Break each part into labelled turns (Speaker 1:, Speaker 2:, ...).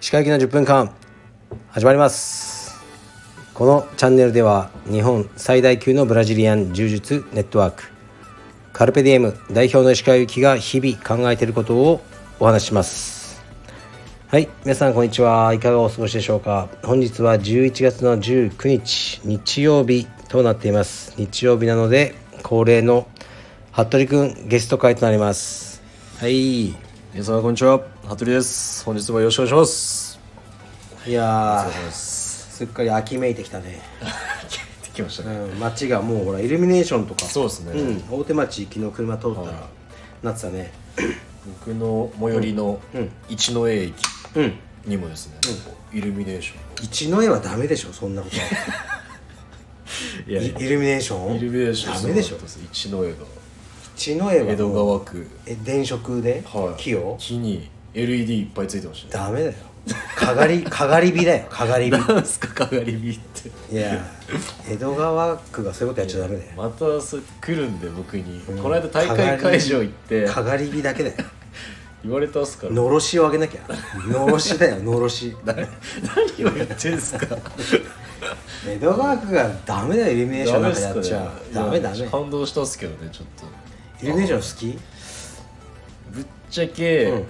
Speaker 1: 石川行きの10分間始まりますこのチャンネルでは日本最大級のブラジリアン柔術ネットワークカルペディエム代表の石川行きが日々考えていることをお話ししますはい皆さんこんにちはいかがお過ごしでしょうか本日は11月の19日日曜日となっています日曜日なので恒例の服部くんゲスト会となります
Speaker 2: はい皆様こんにちは服部です本日もよろしくお願いします
Speaker 1: いや
Speaker 2: お疲れ様
Speaker 1: ー
Speaker 2: です
Speaker 1: すっかり秋めいてきたね
Speaker 2: できましたね
Speaker 1: うん、街がもうほらイルミネーションとか
Speaker 2: そうですね
Speaker 1: ん、大手町昨日車通ったら、なってたね
Speaker 2: 僕の最寄りの一ノ江駅
Speaker 1: うん
Speaker 2: にもですね、イルミネーシ
Speaker 1: 一の絵はダメでしょそんなことは
Speaker 2: ョンい
Speaker 1: イイルミネーション
Speaker 2: イルミネーション
Speaker 1: ダメでしょ
Speaker 2: そうなんす一ノ江が
Speaker 1: 一の絵はもう
Speaker 2: 江戸川区
Speaker 1: え電飾で、木を
Speaker 2: 木に LED いっぱいついてましたね
Speaker 1: ダメだよかがり かがり火だよかがり火
Speaker 2: なんすか かがり火って
Speaker 1: いや江戸川区がそういうことやっちゃダメだよ
Speaker 2: またそれ来るんで僕に、この間大会会場行って
Speaker 1: かがり火だけだよ
Speaker 2: 言われたっすから
Speaker 1: のろしをあげなきゃのろしだよのろし
Speaker 2: 誰何を言ってんすか
Speaker 1: 江戸川区がダメだよイルミネーションなんかやっちゃ
Speaker 2: ダ
Speaker 1: ダ
Speaker 2: メ
Speaker 1: メ
Speaker 2: っす
Speaker 1: ダメ
Speaker 2: かねいや感動したっすけどねちょっと
Speaker 1: イルミネーション好き
Speaker 2: ぶっちゃけ、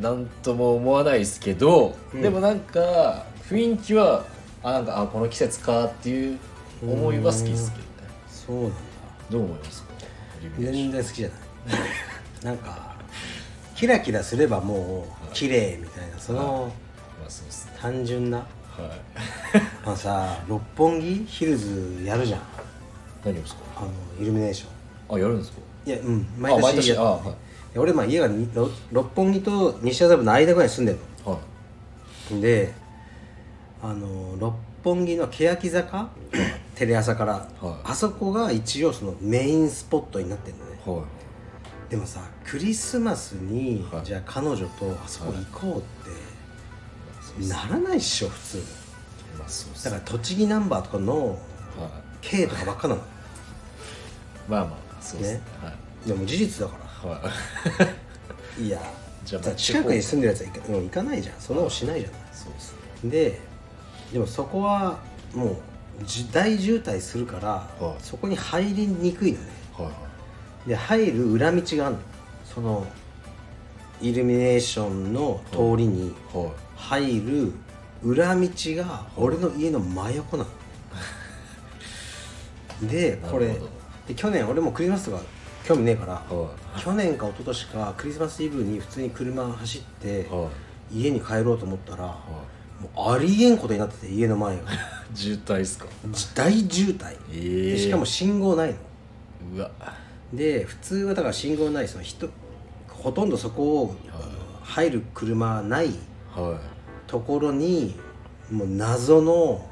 Speaker 2: なんとも思わないですけど、でもなんか雰囲気はあなんかあこの季節かっていう思いは好きですけどね
Speaker 1: そうなんだ
Speaker 2: どう思いますかリベーショ
Speaker 1: 全
Speaker 2: ン
Speaker 1: 然好きじゃ ないなんかキラキラすればもう綺麗みたいなその
Speaker 2: まあそうっすね
Speaker 1: 単純な
Speaker 2: はい
Speaker 1: まあさ六本木ヒルズやるじゃん
Speaker 2: 何をですか
Speaker 1: あのイルミネーション
Speaker 2: あやるんですか
Speaker 1: いやうん
Speaker 2: あ
Speaker 1: 毎
Speaker 2: 毎
Speaker 1: 年
Speaker 2: 年
Speaker 1: や
Speaker 2: あはい
Speaker 1: いや俺まあ家がにろ六本木と西麻布の間ぐらいに住んでる
Speaker 2: はい
Speaker 1: のであの六本木の欅坂テレ朝から、
Speaker 2: はい
Speaker 1: あそこが一応そのメインスポットになってるのね
Speaker 2: はい
Speaker 1: でもさクリスマスに、
Speaker 2: はい
Speaker 1: じゃあ彼女とあそこ行こうって、ならないっしょ普通
Speaker 2: まあそうっす
Speaker 1: だか
Speaker 2: ね
Speaker 1: ら栃木ナンバーとかの
Speaker 2: はい
Speaker 1: K とかばっかなの
Speaker 2: まあまあそうっすね
Speaker 1: ねでも事実だか
Speaker 2: はい はい
Speaker 1: らいや
Speaker 2: じゃあ
Speaker 1: だから近くに住んでるやつは行か,、うん、行かないじゃんそんなことしないじゃな
Speaker 2: そうっすね
Speaker 1: いででもそこはもうじ大渋滞するから、
Speaker 2: はい
Speaker 1: そこに入りにくいのね
Speaker 2: はいはい
Speaker 1: で入る裏道があるのそのイルミネーションの通りに、
Speaker 2: はい
Speaker 1: 入る裏道が俺の家の真横なのでこれ
Speaker 2: なるほど
Speaker 1: で去年俺もクリスマスとか興味ねえから
Speaker 2: は
Speaker 1: 去年か一昨年かクリスマスイブに普通に車走って
Speaker 2: いは
Speaker 1: 家に帰ろうと思ったら
Speaker 2: いは
Speaker 1: もうありえんことになってて家の 前が
Speaker 2: い渋滞っすか
Speaker 1: じ大渋滞
Speaker 2: え
Speaker 1: でしかも信号ないの
Speaker 2: うわ
Speaker 1: で普通はだから信号ないその人ほとんどそこをあの入る車はない
Speaker 2: は
Speaker 1: ところにもう謎 の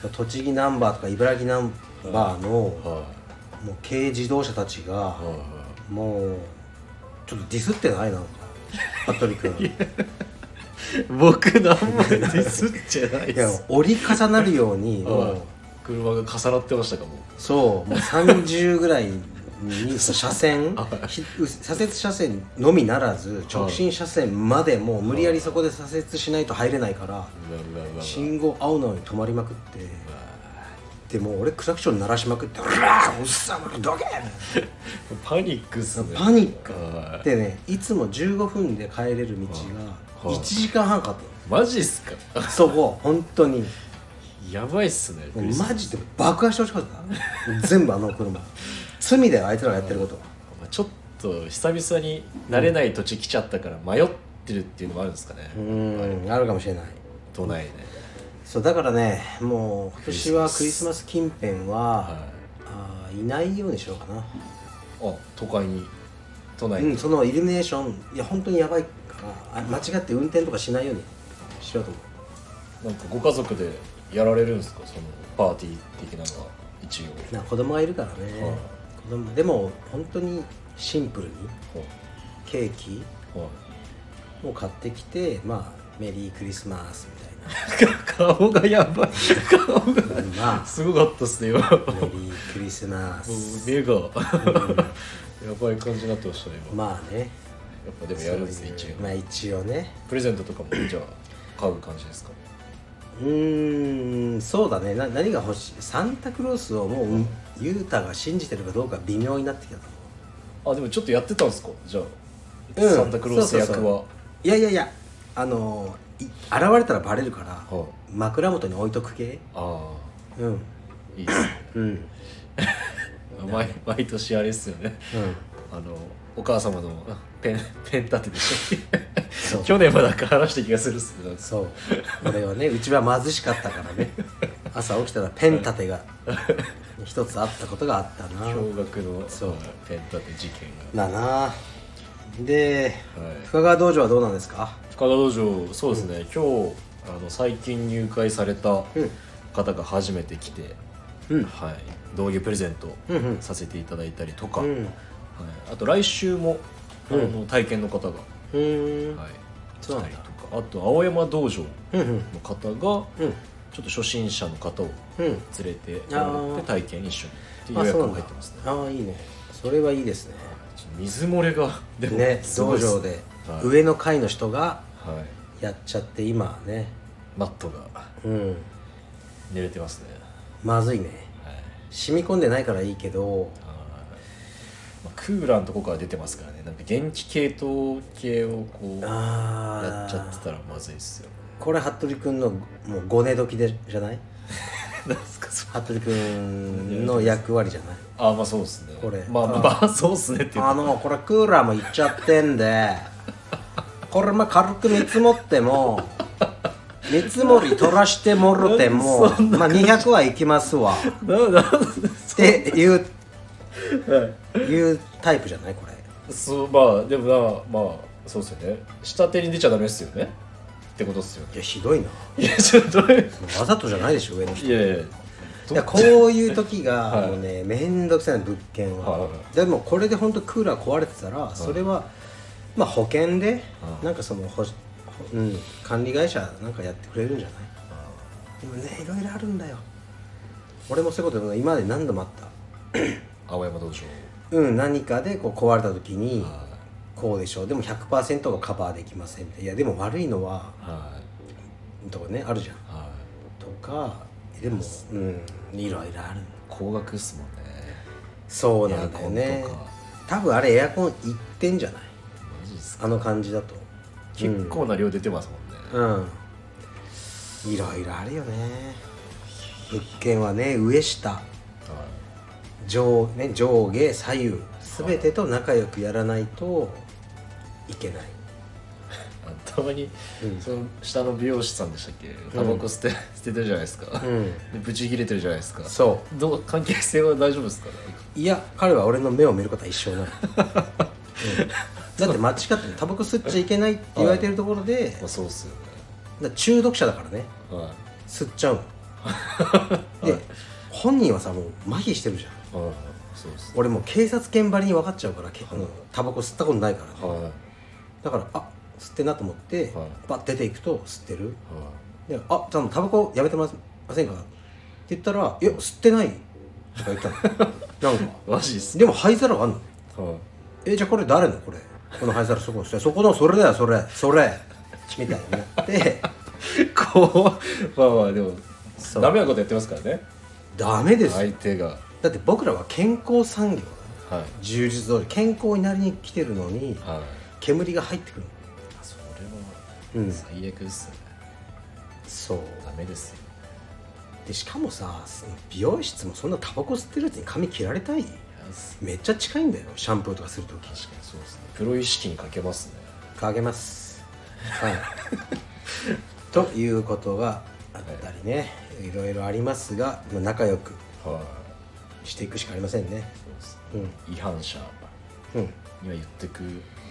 Speaker 1: その栃木ナンバーとか茨城ナンバーのも
Speaker 2: いは
Speaker 1: う軽自動車たちが
Speaker 2: いはいはい
Speaker 1: もうちょっとディスってないなのか服部 君い
Speaker 2: 僕何もディスっちゃないで
Speaker 1: や
Speaker 2: す
Speaker 1: 折り重なるようにも
Speaker 2: は
Speaker 1: う
Speaker 2: い車が重なってましたかも
Speaker 1: そうもう30ぐらいにその車 線ひ左折車線のみならず直進車線までもう無理やりそこで左折しないと入れないから
Speaker 2: うわうわうわ
Speaker 1: 信号青なのに止まりまくって。でもう俺クラクション鳴らしまくって「うらーおっさんどけ!」
Speaker 2: パニックっすね
Speaker 1: パニック
Speaker 2: は
Speaker 1: でねいつも15分で帰れる道が
Speaker 2: はい
Speaker 1: 1時間半かかっ
Speaker 2: いマジっすか
Speaker 1: たのそこ本当に
Speaker 2: やばいっすね
Speaker 1: もうマジで爆破してほしかった全部あの車罪だよあいつらがやってること
Speaker 2: ちょっと久々に慣れない土地来ちゃったから迷ってるっていうのもあるんですかね
Speaker 1: うーんあるかもしれない
Speaker 2: 都内で
Speaker 1: そうだからねもう今年はクリスマス近辺は
Speaker 2: は
Speaker 1: あーいないようにしようかない
Speaker 2: あ都会に都内
Speaker 1: う
Speaker 2: に
Speaker 1: んそのイルミネーションいや本当にやばいからあ間違って運転とかしないようにしようと思う
Speaker 2: なんかご家族でやられるんですかそのパーティー的なのは一応
Speaker 1: な子供がいるからね、
Speaker 2: はい
Speaker 1: 子供でも本当にシンプルに
Speaker 2: はい
Speaker 1: ケーキ
Speaker 2: はい
Speaker 1: を買ってきてまあメリークリスマスみたいな
Speaker 2: か 顔がやばい顔が
Speaker 1: まあ
Speaker 2: すごかったっすね今
Speaker 1: メリークリスマ
Speaker 2: もう
Speaker 1: ス
Speaker 2: 目がやばい感じになってましたね今
Speaker 1: まあね
Speaker 2: やっぱでもやるんですね一応
Speaker 1: まあ一応ね
Speaker 2: プレゼントと かもじゃあ買う感じですか
Speaker 1: うーんそうだねな何が欲しいサンタクロースをもう、ユータが信じてるかどうか微妙になってきたと思
Speaker 2: あでもちょっとやってたんですかじゃあ、
Speaker 1: う、うん
Speaker 2: サンタクロース役
Speaker 1: そ
Speaker 2: は
Speaker 1: うそうそういやいやいやあのい現れたらバレるから、
Speaker 2: はい
Speaker 1: 枕元に置いとく系
Speaker 2: あ
Speaker 1: うん
Speaker 2: あいいっすね
Speaker 1: うん
Speaker 2: 毎 毎年あれっすよねあのお母様のペンペン立てでしたっ
Speaker 1: そう
Speaker 2: け 去年まだ話した気がするっすけど
Speaker 1: そう俺はねう ちは貧しかったからね朝起きたらペン立て が一つあったことがあったな
Speaker 2: 驚愕の
Speaker 1: そう
Speaker 2: はいペン立て事件
Speaker 1: だなで、
Speaker 2: が、はい、
Speaker 1: 深川道場はどうなんですか
Speaker 2: 深田道場そうですね、今日あの最近入会された
Speaker 1: うん
Speaker 2: 方が初めて来て、
Speaker 1: うん
Speaker 2: はい、道着プレゼント
Speaker 1: うんうん
Speaker 2: させていただいたりとか、
Speaker 1: う
Speaker 2: はい、
Speaker 1: ん
Speaker 2: あと来週もあの、
Speaker 1: う
Speaker 2: 体験の方が、
Speaker 1: うーん
Speaker 2: はい、来
Speaker 1: そう
Speaker 2: た
Speaker 1: なん
Speaker 2: り
Speaker 1: だ
Speaker 2: とかあと青山道場
Speaker 1: うんうん
Speaker 2: の方が
Speaker 1: うん
Speaker 2: ちょっと初心者の方を
Speaker 1: うん
Speaker 2: 連れて
Speaker 1: あー
Speaker 2: で体験一緒にっていう
Speaker 1: あ
Speaker 2: 予約
Speaker 1: そうな
Speaker 2: が
Speaker 1: んだ
Speaker 2: 入ってますね
Speaker 1: ああいいねそれはいいですね
Speaker 2: ちょっと水漏れがでも
Speaker 1: ね
Speaker 2: すご
Speaker 1: 道
Speaker 2: いっす
Speaker 1: 場で
Speaker 2: はい
Speaker 1: 上の階の人が
Speaker 2: はい、
Speaker 1: やっちゃって今ね
Speaker 2: マットが
Speaker 1: うん
Speaker 2: 濡れてますね、
Speaker 1: まずいね
Speaker 2: はい
Speaker 1: 染み込んでないからいいけど
Speaker 2: まあクーラーのとこから出てますからねなんか電気系統系をこうやっ
Speaker 1: あ
Speaker 2: ちゃって
Speaker 1: あ
Speaker 2: たらまずいっすよ
Speaker 1: これ服部君のもうご寝時でじゃない
Speaker 2: なんすかそ
Speaker 1: 服部
Speaker 2: れ
Speaker 1: 君の役割じゃない
Speaker 2: あまあそうっすね
Speaker 1: これ
Speaker 2: まあまあまあそうっすねっていう
Speaker 1: あ
Speaker 2: か
Speaker 1: のこれクーラーもいっちゃってんでこれまあ軽く見積もっても見積もり取らしてもろても まあ200はいきますわっ
Speaker 2: なんなん
Speaker 1: ていういうタイプじゃないこれ
Speaker 2: そうまあでもなまあそうっすよね下手に出ちゃダメっすよねってことっすよね
Speaker 1: いやひどいない
Speaker 2: やちょっとどういう
Speaker 1: わざとじゃないでしょ上の人
Speaker 2: いやいや
Speaker 1: い
Speaker 2: ど
Speaker 1: やこういう時
Speaker 2: は
Speaker 1: が
Speaker 2: い
Speaker 1: もうねめんどくさいの物件は、
Speaker 2: は
Speaker 1: でもこれで本当クーラー壊れてたらそれは、まあ保険で
Speaker 2: はい
Speaker 1: なんかそのほ、ほうん、管理会社なんかやってくれるんじゃないでもねいろいろあるんだよ俺もそういうこと今まで何度もあった
Speaker 2: 青山道場
Speaker 1: うん何かでこう壊れた時に
Speaker 2: は
Speaker 1: こうでしょうでも100%がカバーできませんみたいないやでも悪いのはい
Speaker 2: は
Speaker 1: とかねあるじゃん
Speaker 2: いはい
Speaker 1: とかでもうんいろいろある
Speaker 2: 高額っすもんね
Speaker 1: そうなんだよ
Speaker 2: エ
Speaker 1: ね
Speaker 2: アコンとか
Speaker 1: 多分あれエアコンいってんじゃない
Speaker 2: マジっすか
Speaker 1: あの感じだと
Speaker 2: 結構な量出てますもんね、
Speaker 1: うんいろいろあるよね物件はね上下
Speaker 2: はい
Speaker 1: 上,、ね、上下左右全てと仲良くやらないといけない
Speaker 2: あの たまに、
Speaker 1: うん
Speaker 2: その下の美容師さんでしたっけタバコ捨て,、 捨ててるじゃないですか、
Speaker 1: うん
Speaker 2: でブチ切れてるじゃないですか
Speaker 1: そ
Speaker 2: どう関係性は大丈夫ですか
Speaker 1: ういや彼は俺の目を見ることは一生 ない、うんだって間違ってタバコ吸っちゃいけないって言われてるところで
Speaker 2: まあそうっすよね
Speaker 1: だから中毒者だからね
Speaker 2: は
Speaker 1: 吸っちゃ うので本人はさもう麻痺してるじゃん
Speaker 2: いはいそうっす
Speaker 1: 俺もう警察犬ばりに分かっちゃうからけあのタバコ吸ったことないから、
Speaker 2: はいはい
Speaker 1: だからあ吸ってんなと思って、
Speaker 2: はい
Speaker 1: バッて出ていくと吸ってるで「あちゃんとタバコやめてませんか?」って言ったら「いや吸ってない」とか言ったのなん か
Speaker 2: マジっすね
Speaker 1: でも灰皿があんの
Speaker 2: はい
Speaker 1: えじゃあこれ誰のこれこの灰皿そこそこのそれだよそれそれみたいになって
Speaker 2: こうまあまあでも
Speaker 1: そう
Speaker 2: ダメなことやってますからね
Speaker 1: ダメですよ、
Speaker 2: 相手が
Speaker 1: だって僕らは健康産業だよ
Speaker 2: はい
Speaker 1: 充実通り健康になりに来てるのに
Speaker 2: はい
Speaker 1: 煙が入ってくるの
Speaker 2: そ
Speaker 1: れ
Speaker 2: れ
Speaker 1: は
Speaker 2: は最悪っすね、
Speaker 1: そう
Speaker 2: ダメですよ
Speaker 1: でしかもさ美容室もそんなタバコ吸ってるやつに髪切られたい
Speaker 2: いやす
Speaker 1: めっちゃ近いんだよシャンプーとかするとき
Speaker 2: 確かにそうっすねプロ意識にかけますね
Speaker 1: かげます はいということがあったりね、い、ろいろありますがまあ仲良く
Speaker 2: はい
Speaker 1: していくしかありませんね
Speaker 2: そうっす
Speaker 1: うん
Speaker 2: 違反者
Speaker 1: うん
Speaker 2: には言ってく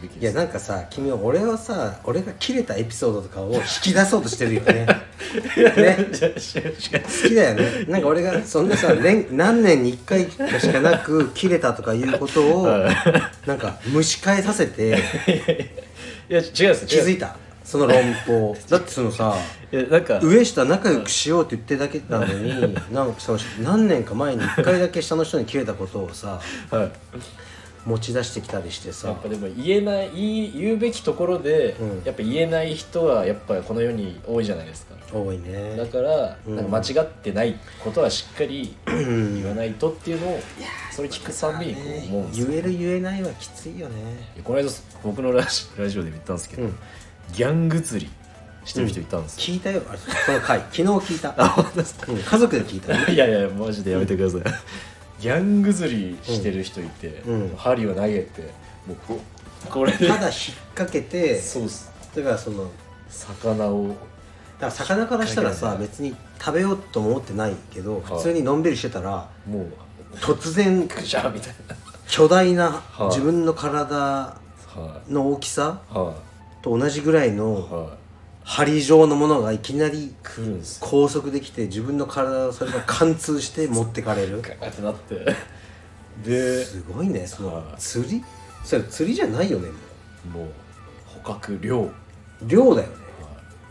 Speaker 2: べき
Speaker 1: いや
Speaker 2: です
Speaker 1: なんかさ君は俺はさ俺が切れたエピソードとかを引き出そうとしてるよ ねね好きだよねなんか俺がそんなさ年何年に1回かしかなく切れたとかいうこと をなんか蒸し返させて
Speaker 2: いや違うです
Speaker 1: 気づ
Speaker 2: 違う
Speaker 1: いたその論法だってそのさ
Speaker 2: いやなんか
Speaker 1: 上下仲良くしようって言ってだけなのになんかさ何年か前に1回だけ下の人に切れたことをさ
Speaker 2: はい
Speaker 1: 持ち出してきたりして
Speaker 2: や
Speaker 1: さ
Speaker 2: っぱでも言えない言い言うべきところで、
Speaker 1: うん
Speaker 2: やっぱ言えない人はやっぱこの世に多いじゃないですか
Speaker 1: 多い
Speaker 2: だ
Speaker 1: ね
Speaker 2: から、
Speaker 1: うん
Speaker 2: なんか間違ってないことはしっかり
Speaker 1: ん
Speaker 2: 言わないとっていうのを、それ聞くたびにこう思うんですよ
Speaker 1: 言える言えないはきついよね
Speaker 2: この間僕のラジ ラジオでも言ったんですけど、
Speaker 1: うん
Speaker 2: ギャング釣りしてる人いたんです
Speaker 1: 聞
Speaker 2: よ、
Speaker 1: いたよあれその回 昨日聞いた、
Speaker 2: あ本当ですか
Speaker 1: うん家族で聞いたよ
Speaker 2: いやいやマジでやめてください、ギャング釣りしてる人いて、
Speaker 1: うん
Speaker 2: 針を投げてもうここれで
Speaker 1: ただ引っ掛けて
Speaker 2: そうっす
Speaker 1: だからその
Speaker 2: 魚を
Speaker 1: だから魚からしたらさ別に食べようとも思ってないけど普通にのんびりしてたら
Speaker 2: もう
Speaker 1: 突然
Speaker 2: グシャーみたい
Speaker 1: 巨大な
Speaker 2: はい
Speaker 1: 自分の体
Speaker 2: なはい
Speaker 1: の大きさ
Speaker 2: は
Speaker 1: と同じぐらい
Speaker 2: い
Speaker 1: の
Speaker 2: はい
Speaker 1: 針状のものがいきなり
Speaker 2: 来るんですよ
Speaker 1: 拘束できて自分の体をそれが貫通して持ってかれる
Speaker 2: ガーってなってです
Speaker 1: ごいねその
Speaker 2: はい
Speaker 1: 釣りそれ釣りじゃないよねも
Speaker 2: もう捕獲漁、はいう
Speaker 1: 漁だよね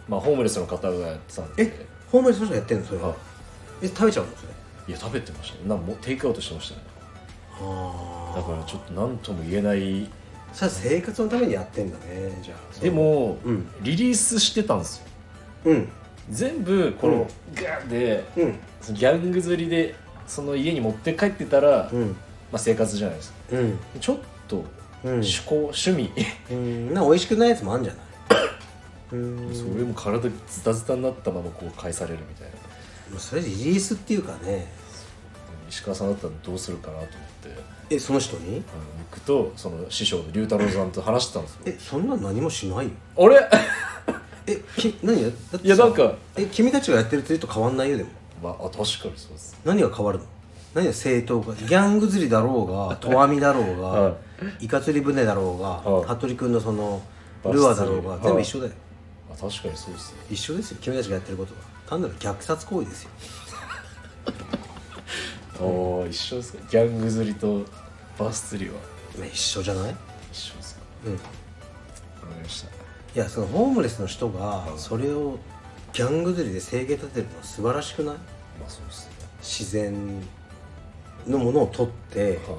Speaker 2: まあホームレスの方がやってたんで
Speaker 1: えホームレスの人がやってんのそれ
Speaker 2: は
Speaker 1: はえ食べちゃうのそれ
Speaker 2: いいや食べてましたねなんかもうテイクアウトしてましたねだ
Speaker 1: あ
Speaker 2: からちょっと何とも言えない
Speaker 1: あそれは生活のためにやってんだねじゃあ
Speaker 2: でも、
Speaker 1: うん
Speaker 2: リリースしてたんですよ
Speaker 1: うん
Speaker 2: 全部こ
Speaker 1: うん
Speaker 2: のガーで、
Speaker 1: うん
Speaker 2: そのギャング釣りでその家に持って帰ってたら、
Speaker 1: う
Speaker 2: ま
Speaker 1: ん
Speaker 2: あ、生活じゃないですか
Speaker 1: うん
Speaker 2: ちょっと
Speaker 1: うん
Speaker 2: 趣向、趣味
Speaker 1: うんなんか美味しくないやつもあるんじゃない うん
Speaker 2: それも体ズタズタになったままこう返されるみたいな
Speaker 1: それリリースっていうかね
Speaker 2: 石川さんだったらどうするかなと思って
Speaker 1: えその人に
Speaker 2: あの僕とその師匠の龍太郎さんと話してたんですよ
Speaker 1: えそんな何もしないよ
Speaker 2: あれ
Speaker 1: えき何やだってさ
Speaker 2: いやなんか、
Speaker 1: え君たちがやってる釣りと変わんないよでも
Speaker 2: まあ、あ確かにそうです
Speaker 1: 何が変わるの何が正当化ギャング釣りだろう が投網だろうが、
Speaker 2: は
Speaker 1: イカ釣り船だろうが、
Speaker 2: はい
Speaker 1: 服部君のその
Speaker 2: バス釣り
Speaker 1: ルアーだろうが全部
Speaker 2: はい
Speaker 1: 一緒だよ、
Speaker 2: あ確かにそうですね
Speaker 1: 一緒ですよ君たちがやってることは単なる虐殺行為ですよ
Speaker 2: ああ一緒ですかギャング釣りとバス釣りは
Speaker 1: ね一緒じゃない
Speaker 2: 一緒ですか
Speaker 1: うんい
Speaker 2: わかりました
Speaker 1: やそのホームレスの人がそれをギャング釣りで生計立てるのは素晴らしくない
Speaker 2: まあそうですね
Speaker 1: 自然のものを取って、
Speaker 2: は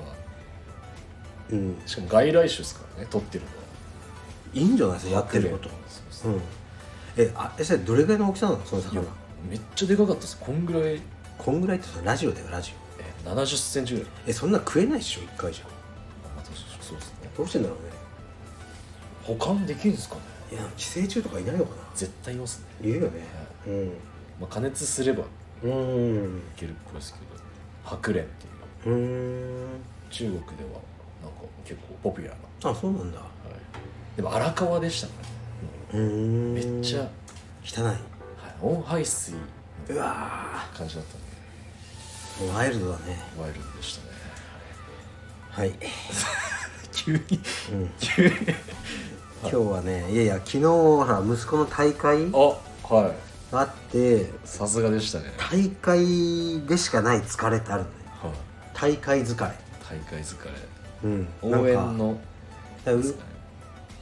Speaker 1: うん、
Speaker 2: いしかも外来種ですからね取ってるのはい
Speaker 1: いんじゃないですかやってること
Speaker 2: そうです
Speaker 1: う
Speaker 2: ね
Speaker 1: んえあえそれどれぐらいの大きさなのその
Speaker 2: いや
Speaker 1: 魚
Speaker 2: めっちゃでかかったですこんぐらい
Speaker 1: こんぐらいってさラジオだよラジオ
Speaker 2: え7 0センチぐらい
Speaker 1: えそんな食えないっしょ一回じゃ
Speaker 2: あまあ確かにそうですね
Speaker 1: どうしてんだろうね
Speaker 2: 保管できるんですかね
Speaker 1: いや寄生虫とかいないのかな
Speaker 2: 絶対いますね、
Speaker 1: いるよね
Speaker 2: は
Speaker 1: うん
Speaker 2: いまあ、加熱すればいう
Speaker 1: ーん
Speaker 2: けるっぽいですけど白蓮っていう
Speaker 1: うーん
Speaker 2: 中国ではなんか結構ポピュラーな、
Speaker 1: あそうなんだ
Speaker 2: でも荒川でしたね
Speaker 1: うーん
Speaker 2: めっちゃ、
Speaker 1: 汚
Speaker 2: はい、温排水の
Speaker 1: いうわ
Speaker 2: 感じだったんで
Speaker 1: ーワイルドだね
Speaker 2: ワイルドでしたね
Speaker 1: はい
Speaker 2: 急に
Speaker 1: うん
Speaker 2: 急に
Speaker 1: 今日はねいやいや昨日ほら息子の大会
Speaker 2: あはい
Speaker 1: があって
Speaker 2: さすがでしたね
Speaker 1: 大会でしかない疲れってあるのね
Speaker 2: はい
Speaker 1: 大会疲れ
Speaker 2: 大会疲れ
Speaker 1: うん
Speaker 2: 応援
Speaker 1: なんか
Speaker 2: の
Speaker 1: だからう
Speaker 2: 疲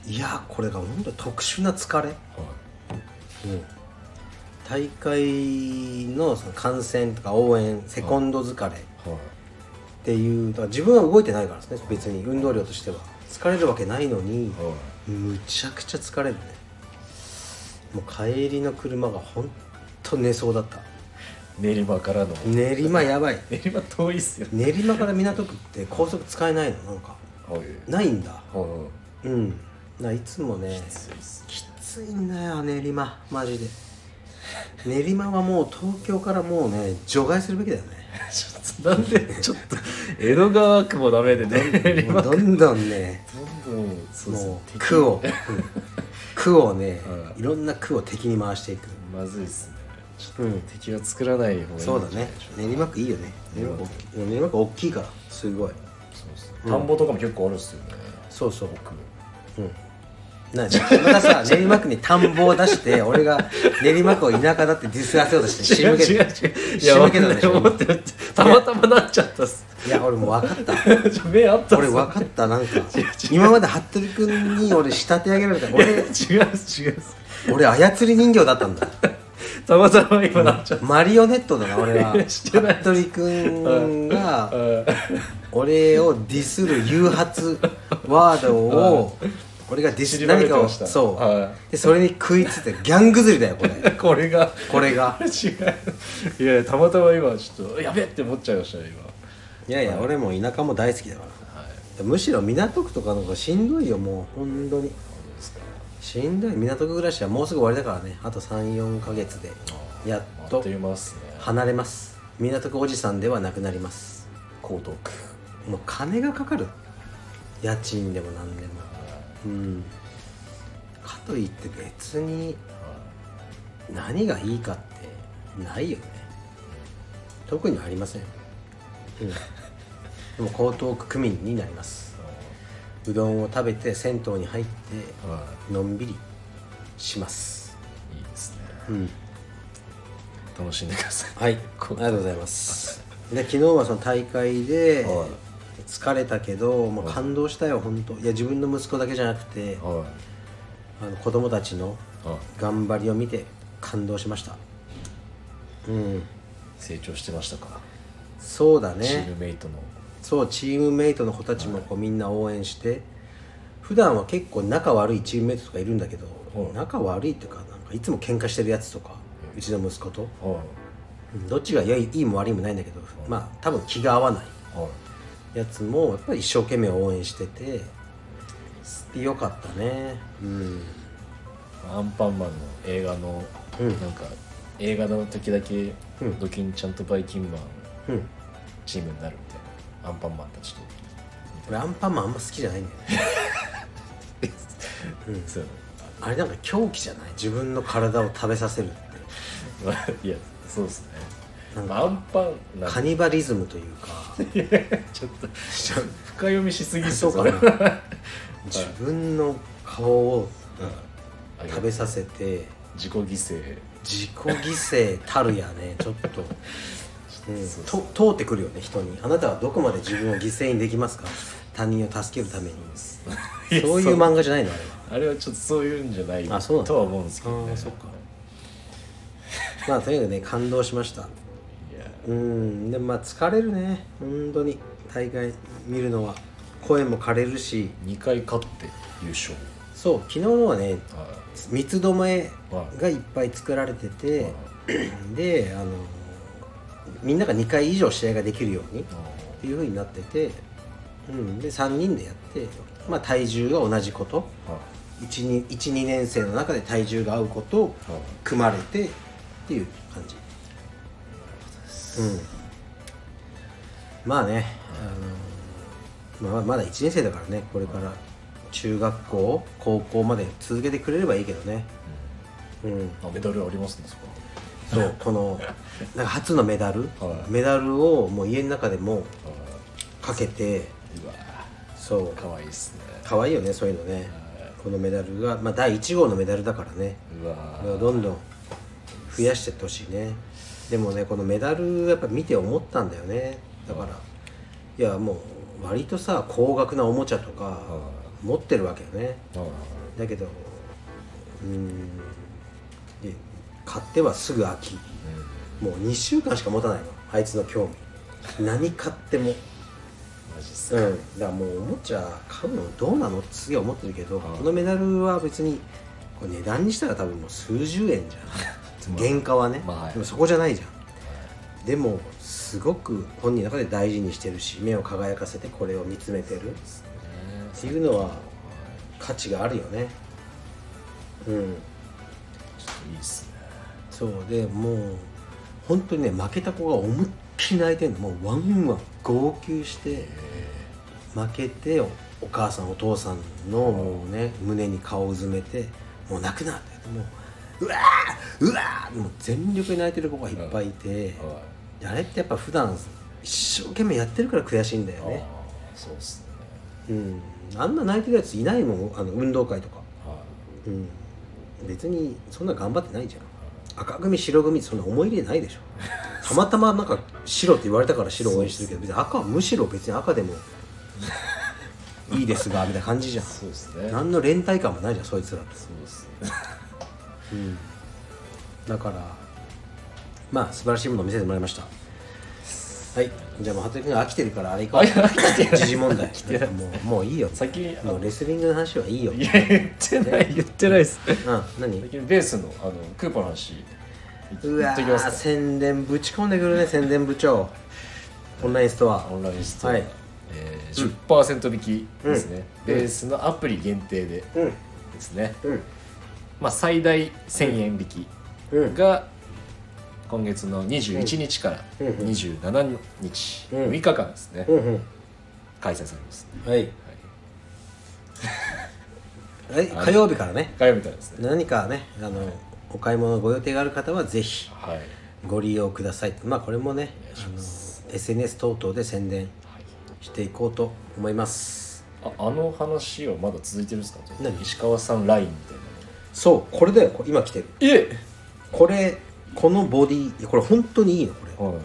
Speaker 2: れ
Speaker 1: いやこれが本当に特殊な疲れ、
Speaker 2: はい
Speaker 1: 大会のその観戦とか応援セコンド疲れっ
Speaker 2: はい、
Speaker 1: ていうだから自分は動いてないからですね別に運動量としては疲れるわけないのに
Speaker 2: は
Speaker 1: むちゃくちゃ疲れるねもう帰りの車が本当寝そうだった
Speaker 2: い、練馬からの
Speaker 1: 練馬やばい
Speaker 2: 練馬遠いっすよ
Speaker 1: 練
Speaker 2: ね
Speaker 1: 馬から港区って高速使えないのなんか
Speaker 2: はい
Speaker 1: ないんだ
Speaker 2: は
Speaker 1: うんだからいつもね
Speaker 2: いきついっす
Speaker 1: きついんだよ練馬マジで練馬はもう東京からもうね除外するべきだよね
Speaker 2: ちょっとなんでちょっと江戸川区もダメでね練
Speaker 1: もう
Speaker 2: 馬
Speaker 1: どんどんね
Speaker 2: どんどんそうです
Speaker 1: も
Speaker 2: ね
Speaker 1: う区をうん区をね
Speaker 2: はい
Speaker 1: いろんな区を敵に回していく
Speaker 2: まずいっすねちょっ
Speaker 1: うん
Speaker 2: と敵は作らない方がいいんじゃ
Speaker 1: そう
Speaker 2: な
Speaker 1: だ
Speaker 2: い
Speaker 1: ね
Speaker 2: でしょうか
Speaker 1: 練馬区いいよね練馬区大きい練馬区大きいからすごい
Speaker 2: そうですね田んぼとかも結構あるっすよね
Speaker 1: そうそう
Speaker 2: 僕
Speaker 1: うんなにまたさ練馬区に田んぼを出して俺が練馬区を田舎だってディスらせようとして
Speaker 2: 違う違う
Speaker 1: け
Speaker 2: 違ういや
Speaker 1: 仕向けたでしょ
Speaker 2: 思ってたまたまなっちゃったっす
Speaker 1: いや俺もう分かった
Speaker 2: じゃあ目あったん
Speaker 1: 俺
Speaker 2: す
Speaker 1: 分かったなん か今まで服部君に俺仕立て上げられた
Speaker 2: いや違
Speaker 1: 俺
Speaker 2: う違う
Speaker 1: 俺操り人形だったんだ
Speaker 2: たまたま今なっちゃっ
Speaker 1: マリオネットだな俺は
Speaker 2: してない
Speaker 1: 服部君
Speaker 2: た
Speaker 1: が
Speaker 2: うん
Speaker 1: 俺をディスる誘 発ワードを俺がディス
Speaker 2: 散りばめ
Speaker 1: 何
Speaker 2: て
Speaker 1: かを
Speaker 2: ました
Speaker 1: そ
Speaker 2: は
Speaker 1: うでそれに食いついてギャング釣りだよこれ
Speaker 2: これ が
Speaker 1: これが
Speaker 2: 違ういやたまたま今ちょっとやべえって思っちゃいましたね
Speaker 1: いやいや俺も田舎も大好きだから、むしろ港区とかの方がしんどいよもう本当にしんどい港区暮らしはもうすぐ終わりだからねあと34か月でやっ
Speaker 2: 今あっ
Speaker 1: と
Speaker 2: という間っすね
Speaker 1: 離れます港区おじさんではなくなります
Speaker 2: 高等区
Speaker 1: もう金がかかる家賃でも何でもうんかといって別に何がいいかってないよね特にありません、うん、で も江東区区民になりますうどんを食べて銭湯に入って
Speaker 2: は
Speaker 1: のんびりします
Speaker 2: いいいですね
Speaker 1: うん
Speaker 2: 楽しんでください
Speaker 1: はいありがとうござい ますで昨日はその大会で
Speaker 2: はい
Speaker 1: 疲れたけどもう感動したよ本当いや自分の息子だけじゃなくて
Speaker 2: は
Speaker 1: あの子供たちの
Speaker 2: いあ
Speaker 1: 頑張りを見て感動しましたうん
Speaker 2: 成長してましたか
Speaker 1: そうだね
Speaker 2: チームメイトの
Speaker 1: そうチームメイトの子たちもこうみんな応援して普段は結構仲悪いチームメイトとかいるんだけど、
Speaker 2: はい
Speaker 1: 仲悪いっていうかなんかいつも喧嘩してるやつとか、うちの息子と、
Speaker 2: は
Speaker 1: うんどっちが良いいいも悪いもないんだけど、まあ多分気が合わない
Speaker 2: いは
Speaker 1: やつもやっぱり一生懸命応援しててよかったねうん
Speaker 2: いアンパンマンの映画の
Speaker 1: うん
Speaker 2: なんか映画の時だけ
Speaker 1: うん
Speaker 2: ドキンちゃんとバイキンマ
Speaker 1: う
Speaker 2: ン
Speaker 1: ん
Speaker 2: チームになるみたいなアンパンマンたちと
Speaker 1: 俺アンパンマンあんま好きじゃないんだよね
Speaker 2: そう
Speaker 1: あれなんか狂気じゃない自分の体を食べさせるって
Speaker 2: いやそうですねまあアンパンなん
Speaker 1: カ
Speaker 2: か
Speaker 1: ニバリズムというか
Speaker 2: ちょっと深読みしすぎっす
Speaker 1: そう か
Speaker 2: れは
Speaker 1: な自分の顔を
Speaker 2: あり
Speaker 1: 食
Speaker 2: がとう
Speaker 1: べさせて
Speaker 2: 自己犠牲
Speaker 1: 自己犠牲たるや ねちょっと,、うん
Speaker 2: そう
Speaker 1: と通ってくるよね人にあなたはどこまで自分を犠牲にできますか他人を助けるために
Speaker 2: い や
Speaker 1: そういう漫画じゃないのあれは
Speaker 2: あれはちょっとそういうんじゃない
Speaker 1: あそうなんだ
Speaker 2: とは思うんですけど、ね、
Speaker 1: あーそっかまあとにかくね感動しました
Speaker 2: いや
Speaker 1: うんでもまあ疲れるね本当に大会見るのは声も枯れるし
Speaker 2: 2回勝って優勝
Speaker 1: そう昨日のはね
Speaker 2: あ
Speaker 1: 三つどもえがいっぱい作られてて、であのみんなが2回以上試合ができるようにっ
Speaker 2: あ
Speaker 1: ていう風になってて、うん、で3人でやって、まあ、体重が同じこと
Speaker 2: あ
Speaker 1: 12年生の中で体重が合うことを
Speaker 2: あ
Speaker 1: 組まれてっていう感じ、うん、まあね、あのまあ、まだ1年生だからねこれから中学校高校まで続けてくれればいいけどねうん
Speaker 2: あメダルありますねそこ
Speaker 1: そうこのなんか初のメダル、
Speaker 2: はい
Speaker 1: メダルをもう家の中でも
Speaker 2: あ
Speaker 1: かけて
Speaker 2: うわ
Speaker 1: そう
Speaker 2: かわいいっすね
Speaker 1: かわいいよねそういうのねこのメダルが、まあ、第1号のメダルだからね
Speaker 2: うわ
Speaker 1: これをどんどん増やしてってほしいねでもねこのメダルやっぱ見て思ったんだよねだからいやもう割とさ高額なおもちゃとか持ってるわけよね
Speaker 2: あ
Speaker 1: だけどうーんで買ってはすぐ飽きもう2週間しか持たないのあいつの興味何買っても
Speaker 2: マジっす
Speaker 1: う
Speaker 2: か、
Speaker 1: んだからもうおもちゃ買うのどうなのってすげえ思ってるけど
Speaker 2: はい
Speaker 1: このメダルは別にこれ値段にしたら多分もう数十円 じゃん原価はね、
Speaker 2: まあはい
Speaker 1: でもそこじゃないじゃん、でもすごく本人の中で大事にしてるし目を輝かせてこれを見つめてるっていうのは価値があるよねうん
Speaker 2: ちょっといいっすね
Speaker 1: そうでもう本当にね負けた子が思いっきり泣いてんのもうワンワン号泣して負けておお母さんお父さんのもうね胸に顔をうずめて「もう泣くな」って言ってもう「うわーうわー!」もう全力で泣いてる子がいっぱいいて
Speaker 2: は
Speaker 1: であれってやっぱ普段一生懸命やってるから悔しいんだよ
Speaker 2: い
Speaker 1: ね
Speaker 2: ああそうっす
Speaker 1: う
Speaker 2: ね
Speaker 1: んあんな泣いてるやついないもんあの運動会とか
Speaker 2: は
Speaker 1: うん別 にそんな頑張ってないじゃん赤組白組そんな思い入れないでしょたまたまなんか白って言われたから白を応援してるけど別に赤はむしろ別に赤でもいいですがみたいな感じじゃん
Speaker 2: そうですね
Speaker 1: 何の連帯感もないじゃんそいつらと、
Speaker 2: そうですね
Speaker 1: うん、だからまあ素晴らしいものを見せてもらいましたはいじゃあもう服部君が飽きてるからあれ行こ
Speaker 2: あいや飽き
Speaker 1: う
Speaker 2: てない
Speaker 1: 時事問題
Speaker 2: 飽きてない
Speaker 1: もうもういいよ
Speaker 2: 先にあ
Speaker 1: も
Speaker 2: の
Speaker 1: うレスリングの話はいいよ
Speaker 2: いや言ってない言ってないです
Speaker 1: うん何
Speaker 2: 先にベースのあのクーポンの話
Speaker 1: う
Speaker 2: 言
Speaker 1: わ
Speaker 2: っときま
Speaker 1: ー
Speaker 2: すか
Speaker 1: 宣伝ぶち込んでくるね宣伝部長オンラインストア
Speaker 2: オンラインストア、
Speaker 1: はい
Speaker 2: えー、10%引きですね、
Speaker 1: うん
Speaker 2: ベースのアプリ限定で
Speaker 1: うん
Speaker 2: ですね、
Speaker 1: うん
Speaker 2: まあ、最大1000円引き
Speaker 1: うん
Speaker 2: が今月の21日から
Speaker 1: うんうん
Speaker 2: 27日、
Speaker 1: うん
Speaker 2: 6日間ですね、
Speaker 1: うんうん
Speaker 2: 開催されます、
Speaker 1: はい
Speaker 2: はい、
Speaker 1: はい火曜日からね
Speaker 2: 火曜日からですね
Speaker 1: 何かねあのお買い物ご予定がある方はぜひ
Speaker 2: はい、はい、
Speaker 1: ご利用くださいまあこれもね
Speaker 2: お願いし
Speaker 1: あ
Speaker 2: ま
Speaker 1: の SNS 等々で宣伝していこうと思います
Speaker 2: ああの話はまだ続いてるんですか
Speaker 1: 何
Speaker 2: 石川さんラインみたいな
Speaker 1: そうこれだよこれ今来てる
Speaker 2: え
Speaker 1: これこのボディいやこれ本当にいいのこれ
Speaker 2: はいはい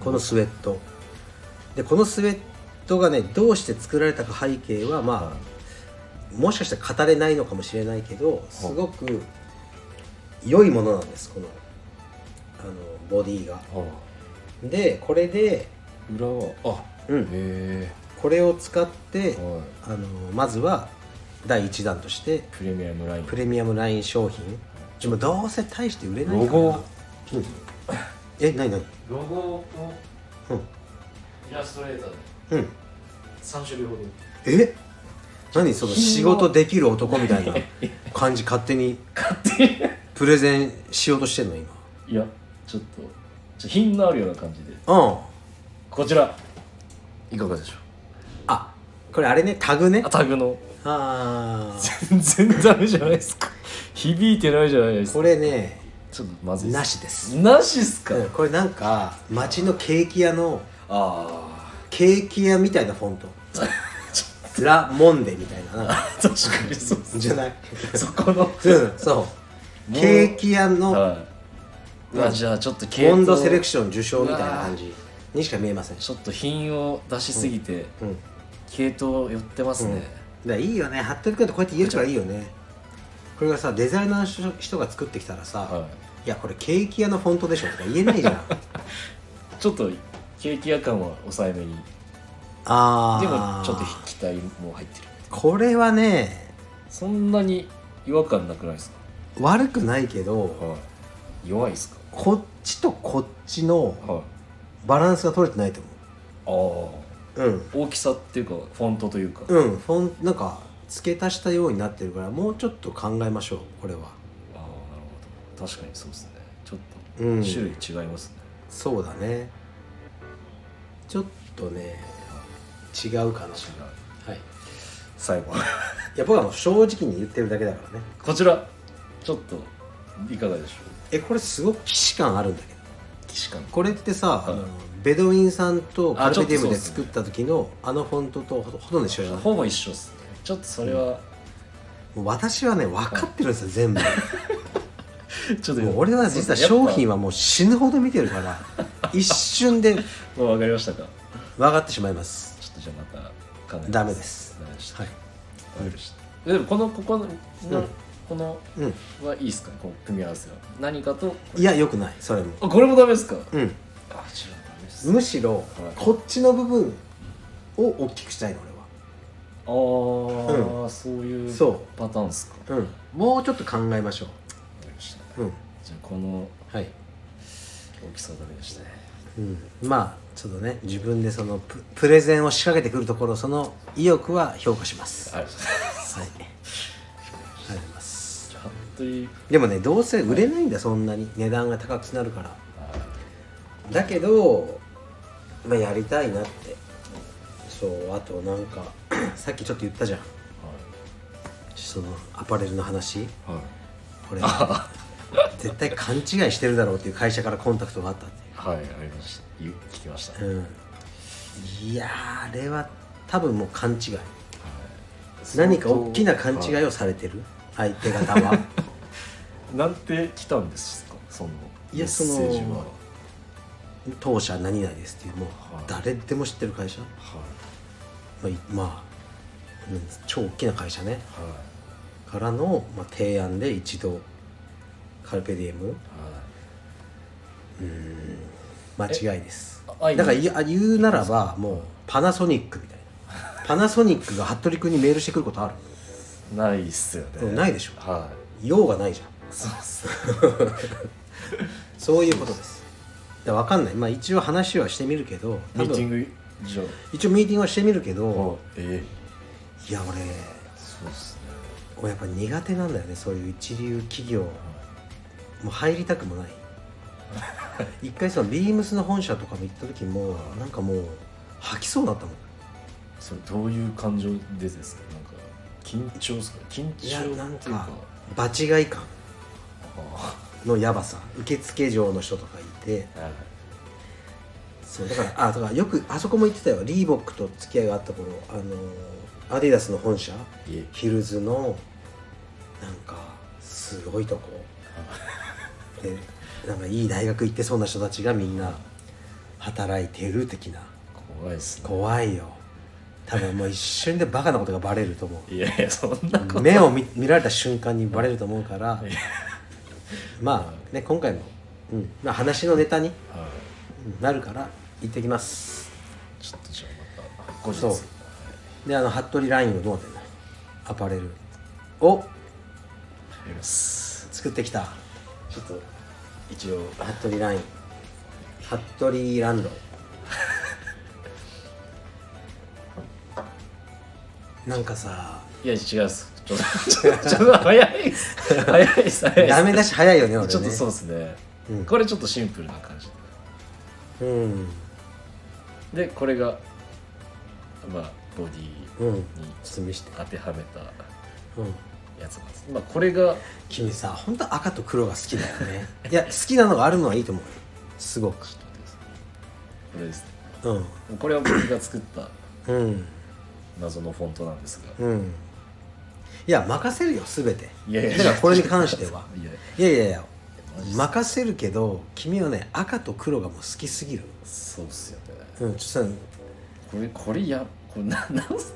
Speaker 1: このスウェットでこのスウェットがねどうして作られたか背景はまあもしかしたら語れないのかもしれないけどすごく良いものなんですこのあのボディが
Speaker 2: は
Speaker 1: でこれで、
Speaker 2: い裏はあ
Speaker 1: うん、
Speaker 2: へ
Speaker 1: これを使って
Speaker 2: えはい
Speaker 1: あのまずは第1弾として
Speaker 2: プレミアムライン
Speaker 1: プレミアムライン商品でもどうせ大して売れないから
Speaker 2: ロゴ
Speaker 1: うんえ何何
Speaker 2: ロゴを
Speaker 1: うん
Speaker 2: イラストレーターで
Speaker 1: うん
Speaker 2: 3種類ほど
Speaker 1: え何その仕事できる男みたいな感じ勝手にプレゼンしようとしてんの今
Speaker 2: いやちょっとちょ品のあるような感じで
Speaker 1: うん
Speaker 2: こちらいかがでしょう
Speaker 1: あこれあれねタグね
Speaker 2: あタグの
Speaker 1: ああ
Speaker 2: 全然ダメじゃないですか響いてないじゃないです
Speaker 1: こ
Speaker 2: か
Speaker 1: れね
Speaker 2: ちょっとまずいっす
Speaker 1: なしです、
Speaker 2: なしっすか、
Speaker 1: うんこれなんか街のケーキ屋の
Speaker 2: あ
Speaker 1: ケーキ屋みたいなフォン トラ・モンデみたいななんか
Speaker 2: あ確かにそうっす
Speaker 1: じゃない
Speaker 2: そこの
Speaker 1: うんそうケーキ屋の
Speaker 2: はい、あじゃあちょっと系
Speaker 1: モンド
Speaker 2: 統
Speaker 1: セレクション受賞みたいな感じにしか見えません
Speaker 2: ちょっと品を出しすぎて、
Speaker 1: うん
Speaker 2: 系統寄ってますね、
Speaker 1: だからいいよね服部君ってこうやって言えるからいいよねこれがさデザイナーの人が作ってきたらさ、、
Speaker 2: はい
Speaker 1: やこれケーキ屋のフォントでしょとか言えないじゃん
Speaker 2: いちょっとケーキ屋感は抑えめに
Speaker 1: ああ
Speaker 2: でもちょっと期待も入ってる
Speaker 1: これはね
Speaker 2: そんなに違和感なくないです
Speaker 1: 悪くないけど
Speaker 2: か、はい、弱いですか
Speaker 1: こっちとこっちの
Speaker 2: はい
Speaker 1: バランスが取れてないと
Speaker 2: ああ
Speaker 1: 思ううん
Speaker 2: 大きさっていうかフォントというか、
Speaker 1: うんフォンなんか付け足したようになってるからもうちょっと考えましょうこれは
Speaker 2: ああなるほど確かにそうですねちょっと
Speaker 1: うん
Speaker 2: 種類違いますね、
Speaker 1: そうだねちょっとね違うかな
Speaker 2: 違う
Speaker 1: はい
Speaker 2: 最後
Speaker 1: いや僕はもう正直に言ってるだけだからね
Speaker 2: こちらちょっといかがでしょ
Speaker 1: えこれすごく既視感あるんだけど
Speaker 2: う既視感
Speaker 1: これってさ、
Speaker 2: はい
Speaker 1: あのベドウィンさんとカ
Speaker 2: あ
Speaker 1: ル
Speaker 2: ちょ
Speaker 1: ペ
Speaker 2: っ
Speaker 1: デ
Speaker 2: と
Speaker 1: ィウムで
Speaker 2: そうっす
Speaker 1: 作
Speaker 2: ね
Speaker 1: った時のあのフォントとほとほとんど一緒じゃないも
Speaker 2: ほぼ一緒っすねちょっとそれは、
Speaker 1: う私はね分かってるんですよ全部
Speaker 2: ちょっ
Speaker 1: もう俺は実は商品はもう死ぬほど見てるから 一瞬で
Speaker 2: は分かりましたか
Speaker 1: 分かってしまいます
Speaker 2: ちょっとじゃあまた考えます
Speaker 1: ダメです
Speaker 2: ダメでした
Speaker 1: はい
Speaker 2: わかりましたでもこのここの、
Speaker 1: うん
Speaker 2: この
Speaker 1: うん
Speaker 2: はいいですかこう組み合わせは何かとこれ
Speaker 1: いやよくないそれも
Speaker 2: あこれもダメですか
Speaker 1: うん
Speaker 2: あちらダメです
Speaker 1: むしろこっちの部分を大きくしたいの
Speaker 2: ああ、そういう
Speaker 1: そう
Speaker 2: パターンですかわか
Speaker 1: 俺はうんもうちょっと考えましょ
Speaker 2: りました
Speaker 1: ううん
Speaker 2: じゃあこの
Speaker 1: はい
Speaker 2: 大きさはダメでしたね
Speaker 1: うん、まあちょっとね自分でそのププレゼンを仕掛けてくるところその意欲は評価します
Speaker 2: あ
Speaker 1: はい
Speaker 2: りがとうございます
Speaker 1: ありがとうございます
Speaker 2: じゃあ服部
Speaker 1: でもねどうせ売れないんだそんなに値段が高くなるからだけど、まあ、やりたいなってそうあとなんか さっきちょっと言ったじゃんそのアパレルの話
Speaker 2: はい、はい、
Speaker 1: これ絶対勘違いしてるだろうっていう会社からコンタクトがあったって
Speaker 2: はい、ありました。ゆ聞きました。
Speaker 1: うんいやーあれは多分もう勘違い何
Speaker 2: 何
Speaker 1: か大きな勘違いをされてる相手方 は
Speaker 2: なんて来たんですかその
Speaker 1: いや
Speaker 2: メッセージ
Speaker 1: その
Speaker 2: は
Speaker 1: 当社何々ですっていうもう
Speaker 2: はい
Speaker 1: 誰でも知ってる会社、まあ、いまあうん超大きな会社ね
Speaker 2: はいは
Speaker 1: からの、まあ、提案で一度カルペディエム間違いです
Speaker 2: あいい
Speaker 1: だからいや言うならばもうパナソニックみたいなパナソニックが服部君にメールしてくることある、
Speaker 2: いないっすよね
Speaker 1: ないでしょ
Speaker 2: は
Speaker 1: 用がないじゃん
Speaker 2: いそうっ す
Speaker 1: そういうことですだから分かんないまあ一応話はしてみるけど多
Speaker 2: ミーティン
Speaker 1: 分
Speaker 2: グ以上
Speaker 1: 一応ミーティングはしてみるけど
Speaker 2: え
Speaker 1: いや俺
Speaker 2: そうっす
Speaker 1: 俺やっぱ苦手なんだよねそういう一流企業
Speaker 2: ね
Speaker 1: もう入りたくも ない一回そのビームスの本社とかも行った時もなんかもう吐きそうになったもん
Speaker 2: それどういう感情でですかなんか緊張っすか緊
Speaker 1: いや
Speaker 2: 張
Speaker 1: なん
Speaker 2: っていうか
Speaker 1: か場違い感
Speaker 2: あ
Speaker 1: のやばさ受付嬢の人とかいて
Speaker 2: ーはい
Speaker 1: そうだからあだからよくあそこも言ってたよリーボックと付き合いがあった頃あのアディダスの本社
Speaker 2: いえ
Speaker 1: ヒルズのなんかすごいとこでなんかいい大学行ってそうな人たちがみんな働いてる的な
Speaker 2: 怖いっすね
Speaker 1: 怖いよ多分もう一瞬でバカなことがバレると思
Speaker 2: いやいやそんな
Speaker 1: う目を見見られた瞬間にバレると思うからまあね今回も、うんまあ、話のネタに
Speaker 2: は
Speaker 1: うんなるから行ってきます
Speaker 2: いちょっとじゃあまた後日
Speaker 1: そうであの服部ラインをどうだったのアパレルを
Speaker 2: やります
Speaker 1: 作ってきた
Speaker 2: ちょっと一応
Speaker 1: 服部ライン服部ラン ドなんかさ
Speaker 2: いや違うっすちょっ とちょっと早いっす早いっす早いっす
Speaker 1: ダメ出し早いよね俺ね
Speaker 2: ちょっとそうですね、
Speaker 1: うん
Speaker 2: これちょっとシンプルな感じ
Speaker 1: うん
Speaker 2: でこれがまあボディ
Speaker 1: うん
Speaker 2: に
Speaker 1: ちょっと見して、
Speaker 2: 当てはめた
Speaker 1: うん、
Speaker 2: やつなんです、まあこれが
Speaker 1: 君さ本当赤と黒が好きだよね いや好きなのがあるのはいいと思うよすごく
Speaker 2: ちょっと待ってくださいこれですね
Speaker 1: うん
Speaker 2: これは僕が作った
Speaker 1: うん
Speaker 2: 謎のフォントなんですが
Speaker 1: うんいや任せるよ全て
Speaker 2: いやいやいや
Speaker 1: だからこれに関してはい
Speaker 2: やいや
Speaker 1: いやいやいや
Speaker 2: マジっす
Speaker 1: 任せるけど君はね赤と黒がもう好きすぎる
Speaker 2: そうっすよね
Speaker 1: うんちょっと
Speaker 2: これこれやこれななんす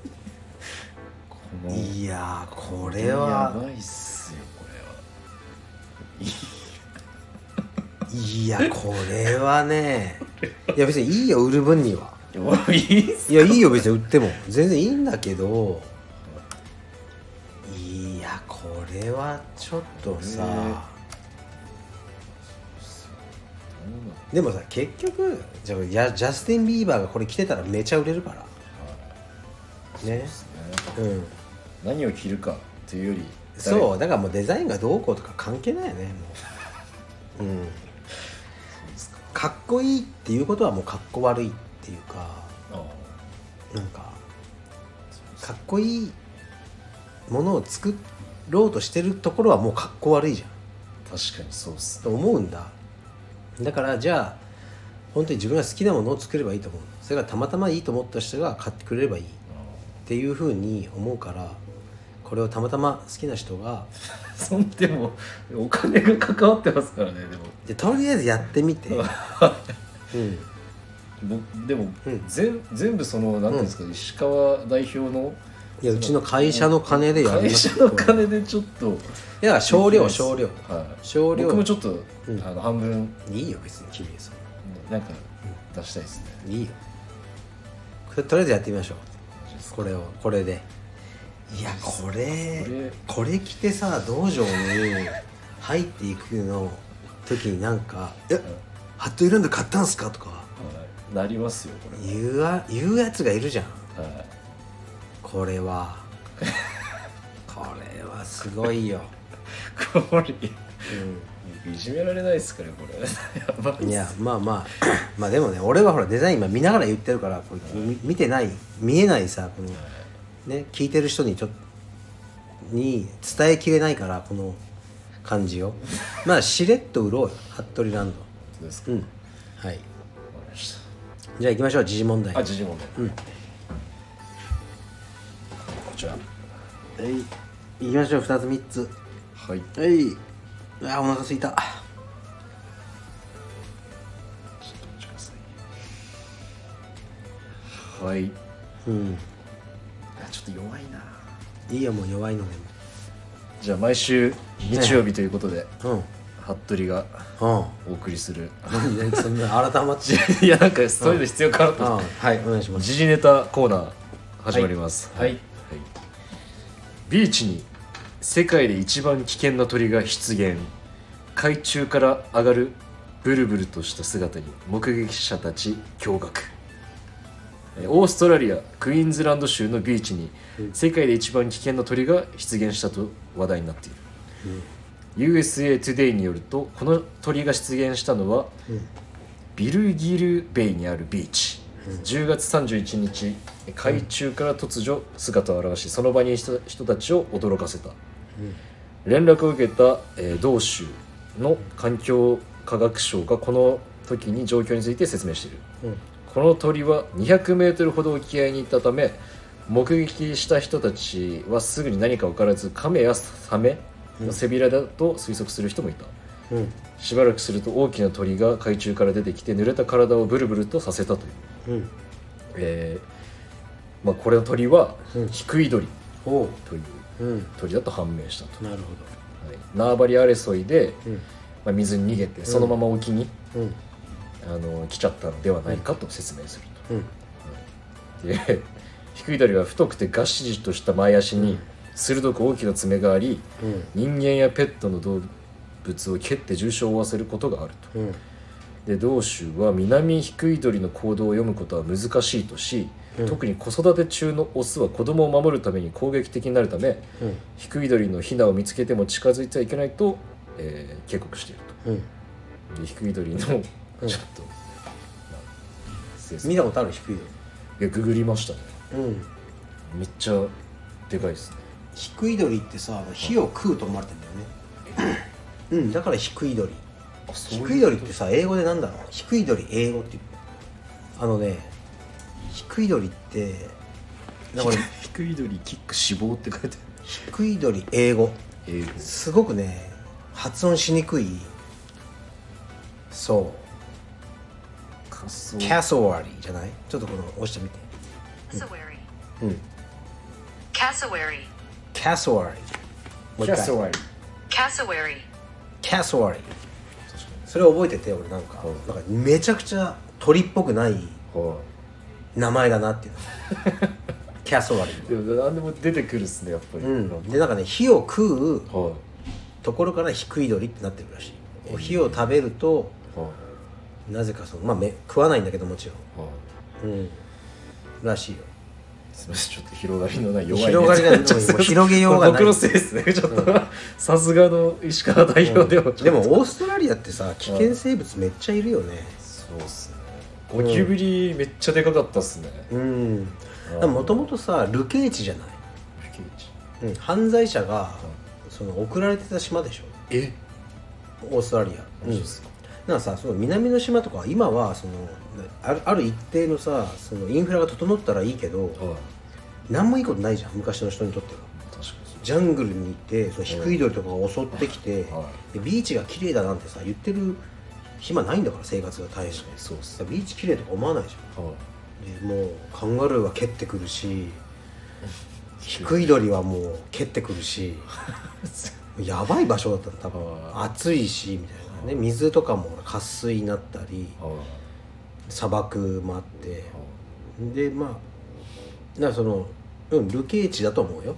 Speaker 2: こ
Speaker 1: さ
Speaker 2: の
Speaker 1: いやーこれ
Speaker 2: や
Speaker 1: は
Speaker 2: ばいっすよこれはい
Speaker 1: やこれはねいや別にいいよ売る分にはい
Speaker 2: やもういいっす
Speaker 1: いやいいよ別に売っても全然いいんだけどいやこれはちょっとさ、でもさ結局じゃあやジャスティン・ビーバーがこれ着てたらめちゃ売れるからねうん
Speaker 2: 何を着るかというより
Speaker 1: そうだからもうデザインがどうこうとか関係ないよねもう、うん、
Speaker 2: 誰ですか
Speaker 1: かっこいいっていうことはもうかっこ悪いっていうか
Speaker 2: あ
Speaker 1: なんかかっこいいものを作ろうとしてるところはもうかっこ悪いじゃん
Speaker 2: あ確かにそうっす
Speaker 1: と思うんだだからじゃあ本当に自分が好きなものを作ればいいと思うそれがたまたまいいと思った人が買ってくれればいいっていうふうに思うからこれをたまたま好きな人が
Speaker 2: そんでもお金が関わってますからねでも
Speaker 1: でとりあえずやってみて、うん、
Speaker 2: 僕でも、
Speaker 1: うん
Speaker 2: 全全部そのなんていうんですか、石川代表の
Speaker 1: いやうちの会社の金でやりま
Speaker 2: 会
Speaker 1: す
Speaker 2: 社の
Speaker 1: これ
Speaker 2: 金でちょっと
Speaker 1: いや少量少量
Speaker 2: はい
Speaker 1: 少量
Speaker 2: 僕もちょっと、
Speaker 1: うん
Speaker 2: あの半分
Speaker 1: いいよ別に君それ
Speaker 2: なんか出したいですね
Speaker 1: いいよこれとりあえずやってみましょう
Speaker 2: マジです
Speaker 1: これをこれでいやこれ
Speaker 2: これ
Speaker 1: これ着てさ道場に入っていくの時になんか「えハットイランド買ったんすか?」とか
Speaker 2: はいなりますよこれ
Speaker 1: 言うわ言うやつがいるじゃん
Speaker 2: は
Speaker 1: これはこれはすごいよ、
Speaker 2: いこれいじめられないっすからこれやば
Speaker 1: う
Speaker 2: い
Speaker 1: ん、
Speaker 2: っ
Speaker 1: い
Speaker 2: す
Speaker 1: やまあまあまあでもね俺はほらデザイン今見ながら言ってるからこれみ見てない見えないさこのね聞いてる人にちょっとに伝えきれないからこの感じをまあしれっと売ろうよ服部ランド
Speaker 2: 本当ですか
Speaker 1: うんはい
Speaker 2: わかりまし
Speaker 1: じゃあ行きましょう時事問題
Speaker 2: たあ時事問題
Speaker 1: うん
Speaker 2: こちら
Speaker 1: はい行きましょう2つ3つ
Speaker 2: は
Speaker 1: は
Speaker 2: い
Speaker 1: いあーお腹すいた
Speaker 2: ちょっと待ちますはい
Speaker 1: うん
Speaker 2: あちょっと弱いない
Speaker 1: いよもう弱いので
Speaker 2: じゃあ毎週日曜日ということで、
Speaker 1: も
Speaker 2: 服部が
Speaker 1: うんうん
Speaker 2: お送りする
Speaker 1: 何何そんな改まっちゃ
Speaker 2: いやなんかそういうの必要かな と
Speaker 1: う、うん、
Speaker 2: 思って
Speaker 1: はいお願いします
Speaker 2: 時事ネタコーナー始まります
Speaker 1: はいはい
Speaker 2: ビーチに世界で一番危険な鳥が出現海中から上がるブルブルとした姿に目撃者たち驚愕えーオーストラリアクイーンズランド州のビーチに世界で一番危険な鳥が出現したと話題になっている USA Today によるとこの鳥が出現したのはビルギルベイにあるビーチ10月31日海中から突如姿を現しその場にいた人たちを驚かせた連絡を受けた、えー同州の環境科学省がこの時に状況について説明している
Speaker 1: うん
Speaker 2: この鳥は200メートルほど沖合にいたため目撃した人たちはすぐに何か分からずカメやサメの背びれだと推測する人もいた、
Speaker 1: うん
Speaker 2: しばらくすると大きな鳥が海中から出てきて濡れた体をブルブルとさせたという、
Speaker 1: うん
Speaker 2: えーまあ、これの鳥は低い鳥
Speaker 1: おう
Speaker 2: という
Speaker 1: うん
Speaker 2: 鳥だと判明したと、
Speaker 1: なるほ
Speaker 2: はい、縄張り争いで、
Speaker 1: どうん
Speaker 2: まあ、水に逃げてそのまま沖に、
Speaker 1: うん
Speaker 2: あの来ちゃったのではないかと説明する
Speaker 1: う
Speaker 2: と。
Speaker 1: ん
Speaker 2: で 低い鳥は太くてがっしりとした前足に鋭く大きな爪があり
Speaker 1: うん
Speaker 2: 人間やペットの動物を蹴って重傷を負わせることがあると
Speaker 1: うん
Speaker 2: で同州は南低い鳥の行動を読むことは難しいとし、特に子育て中のオスは子供を守るために攻撃的になるため、
Speaker 1: うん
Speaker 2: 低い鳥のヒナを見つけても近づいてはいけないと、えー警告している
Speaker 1: うん
Speaker 2: とで低い鳥のちょっと、まあ生息
Speaker 1: 見たことある低いよ
Speaker 2: いやググりましたね
Speaker 1: うん
Speaker 2: めっちゃでかいですね
Speaker 1: 低い鳥ってさ火を食うと思われてんだよねうんだから低い鳥
Speaker 2: あそ
Speaker 1: 低い鳥ってさ英語でなんだろう低い鳥英語っていうあのね低い鳥ってなんかこれ
Speaker 2: 低い鳥キック死亡って書いて
Speaker 1: 低い鳥英語
Speaker 2: ある英語
Speaker 1: すごくね発音しにくいそう
Speaker 2: 仮想
Speaker 1: キャソワリーじゃないちょっとこの押してみて
Speaker 3: Cassowary.
Speaker 2: うん
Speaker 3: Cassowary.
Speaker 1: キャソワリーもう一回
Speaker 2: ワリ
Speaker 3: Cassowary.
Speaker 1: キャソワリーそれ覚えてて俺なんかなんかめちゃくちゃ鳥っぽくない
Speaker 2: は
Speaker 1: 名前だなっていう キャソワリー
Speaker 2: いでも何でも出てくるっすねやっぱり、
Speaker 1: うんでなんかね火を食う
Speaker 2: は
Speaker 1: ところから低い鳥ってなってるらしい、火を食べると
Speaker 2: いは
Speaker 1: なぜかそのまあめ食わないんだけどもち
Speaker 2: いはい
Speaker 1: ろん、うん、らしいよ
Speaker 2: すみませんちょっと広がりのない弱い
Speaker 1: 広がりがない
Speaker 2: ちょっと
Speaker 1: もう広げようがない
Speaker 2: 僕のせいですねちょっとさすがの石川代表でも、
Speaker 1: でもオーストラリアってさ危険生物めっちゃいるよね
Speaker 2: そうっすねゴキブリめっちゃでかかったっすね、
Speaker 1: うんもともとさ流刑地じゃない、うん、犯罪者がその送られてた島でしょ
Speaker 2: え
Speaker 1: オーストラリア、
Speaker 2: マジっすか
Speaker 1: なんかさその南の島とかは今はそのあるある一定のさそのインフラが整ったらいいけど
Speaker 2: はい
Speaker 1: 何もいいことないじゃん昔の人にとっては
Speaker 2: 確かにそう
Speaker 1: ジャングルに行ってその低い鳥とかが襲ってきて、
Speaker 2: は
Speaker 1: でビーチが綺麗だなんてさ言ってる暇ないんだから生活が大変で
Speaker 2: そうっす
Speaker 1: ビーチ綺麗とか思わないじ
Speaker 2: はい
Speaker 1: ゃんでもうカンガルーは蹴ってくるし低い鳥はもう蹴ってくるしやばい場所だったの多分
Speaker 2: は
Speaker 1: 暑いしみたいなね水とかも渇水になったり
Speaker 2: はい
Speaker 1: 砂漠もあってでまあだからそのうん流刑地だと思うよ